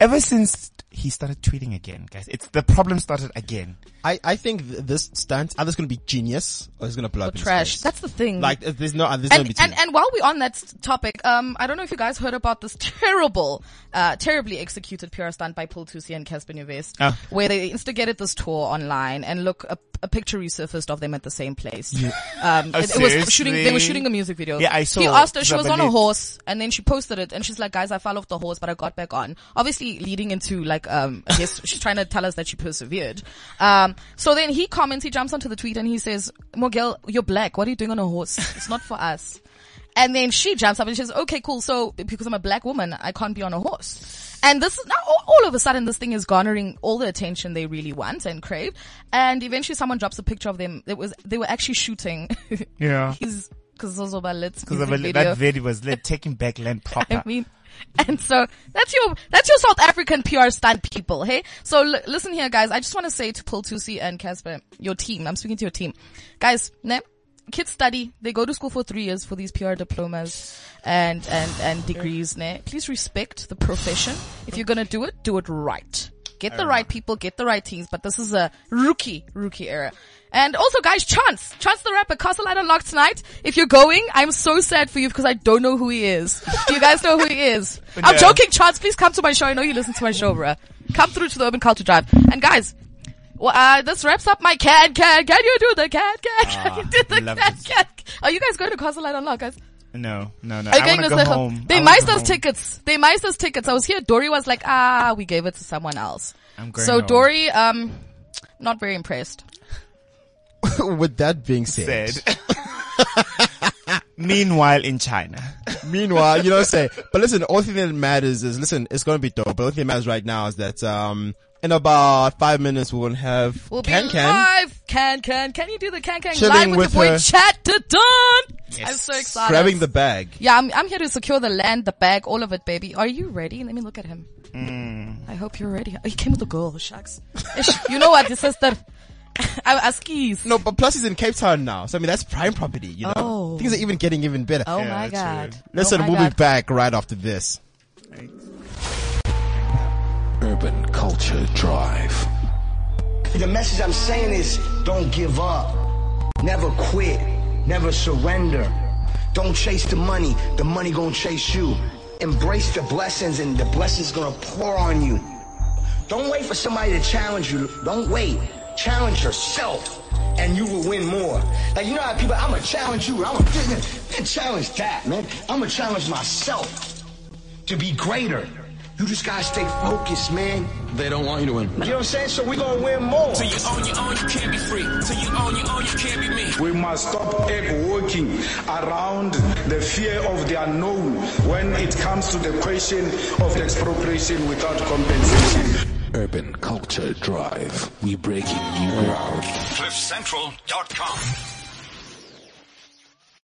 Speaker 4: ever since he started tweeting again, guys, it's the problem started again.
Speaker 2: I, I think th- this stunt either it's going to be genius or it's going to blow up. in his
Speaker 3: trash.
Speaker 2: face.
Speaker 3: That's the thing.
Speaker 2: Like uh, there's no uh, there's no
Speaker 3: and,
Speaker 2: in between.
Speaker 3: and and while we're on that s- topic, um, I don't know if you guys heard about this terrible, uh, terribly executed PR stunt by Paul Tusi and Casper Nuvest,
Speaker 2: Ah.
Speaker 3: where they instigated this tour online, and look, a, a picture resurfaced of them at the same place.
Speaker 4: Yeah.
Speaker 3: Um,
Speaker 4: Oh,
Speaker 3: it, it was shooting. They were
Speaker 4: seriously?
Speaker 3: shooting a music video.
Speaker 4: Yeah, I
Speaker 3: He
Speaker 4: saw
Speaker 3: asked her.
Speaker 4: the
Speaker 3: She was on a
Speaker 4: ballet.
Speaker 3: horse, and then she posted it, and she's like, "Guys, I fell off the horse, but I got back on." Obviously, leading into like, um, I guess she's trying to tell us that she persevered. Um, so then he comments. He jumps onto the tweet and he says, "Mogel, you're black. What are you doing on a horse? It's not for us." And then she jumps up and she says, okay, cool. So because I'm a black woman, I can't be on a horse. And this, now all, all of a sudden, this thing is garnering all the attention they really want and crave. And eventually someone drops a picture of them. It was, they were actually shooting.
Speaker 4: Yeah.
Speaker 3: His Kazozoba Lit's
Speaker 4: Because
Speaker 3: music video.
Speaker 4: that video was lit, taking back land proper.
Speaker 3: I mean, and so that's your that's your South African PR stunt people, hey. So l- listen here, guys. I just want to say to Paul Tusi and Casper, your team. I'm speaking to your team, guys. Ne, kids study. They go to school for three years for these PR diplomas and, and, and degrees. Ne? Please respect the profession. If you're going to do it, do it right. Get the right people, get the right teams, but this is a rookie, rookie era. And also guys, Chance, Chance the Rapper, Castle Light Unlocked tonight. If you're going, I'm so sad for you because I don't know who he is. Do you guys know who he is? I'm
Speaker 11: No.
Speaker 3: joking, Chance, please come to my show. I know you listen to my show, bruh. Come through to the Urban Culture Drive. And guys, well, uh, this wraps up my can, can, can you do the can, can, can you do the
Speaker 4: love
Speaker 3: can, can? Are you guys going to Castle Light Unlocked, guys?
Speaker 4: No, no, no.
Speaker 3: Are you
Speaker 4: I
Speaker 3: going to
Speaker 4: wanna go
Speaker 3: say-
Speaker 4: home. I
Speaker 3: They
Speaker 4: wanna
Speaker 3: mic'd
Speaker 4: go
Speaker 3: those
Speaker 4: home.
Speaker 3: tickets. They mic'd those tickets. I was here. Dory was like, ah, we gave it to someone else.
Speaker 4: I'm going
Speaker 3: so
Speaker 4: home.
Speaker 3: Dory, um, not very impressed.
Speaker 2: With that being said,
Speaker 4: Meanwhile, in China.
Speaker 2: Meanwhile, you know, say, but listen, all thing that matters is, listen, it's going to be dope. But the only thing that matters right now is that, um, in about five minutes, we're going to have
Speaker 3: We'll
Speaker 2: Can
Speaker 3: be
Speaker 2: Can.
Speaker 3: live. Can can can you do the can can live
Speaker 2: Chilling
Speaker 3: with,
Speaker 2: with
Speaker 3: your boy
Speaker 2: her.
Speaker 3: Chat to Dun? I'm so excited.
Speaker 2: Grabbing the bag.
Speaker 3: yeah, I'm I'm here to secure the land, the bag, all of it, baby. Are you ready? Let me look at him.
Speaker 4: Mm.
Speaker 3: I hope you're ready. Oh, he came with a girl, shucks. Ish, you know what, this sister. I was skis.
Speaker 2: No, but plus he's in Cape Town now. So I mean, that's prime property, you know?
Speaker 3: Oh.
Speaker 2: Things are even getting even better.
Speaker 3: Oh Yeah, my that's God. true.
Speaker 2: Listen,
Speaker 3: Oh my
Speaker 2: we'll
Speaker 3: God.
Speaker 2: be back right after this.
Speaker 1: Urban Culture Drive.
Speaker 5: The message I'm saying is don't give up. Never quit. Never surrender. Don't chase the money. The money gonna chase you. Embrace the blessings and the blessings gonna pour on you. Don't wait for somebody to challenge you. Don't wait. Challenge yourself and you will win more. Like you know how people, I'ma challenge you. I'ma man, challenge that, man. I'ma challenge myself to be greater. You just gotta stay focused, man.
Speaker 7: They don't want you to win.
Speaker 5: You know what I'm saying? So we gonna win more.
Speaker 7: Till you own your own, you can't be free. Till you own your own, you can't be me.
Speaker 8: We must stop egg walking around the fear of the unknown when it comes to the question of expropriation without compensation.
Speaker 1: Urban Culture Drive. We breaking new ground.
Speaker 9: CliffCentral.com.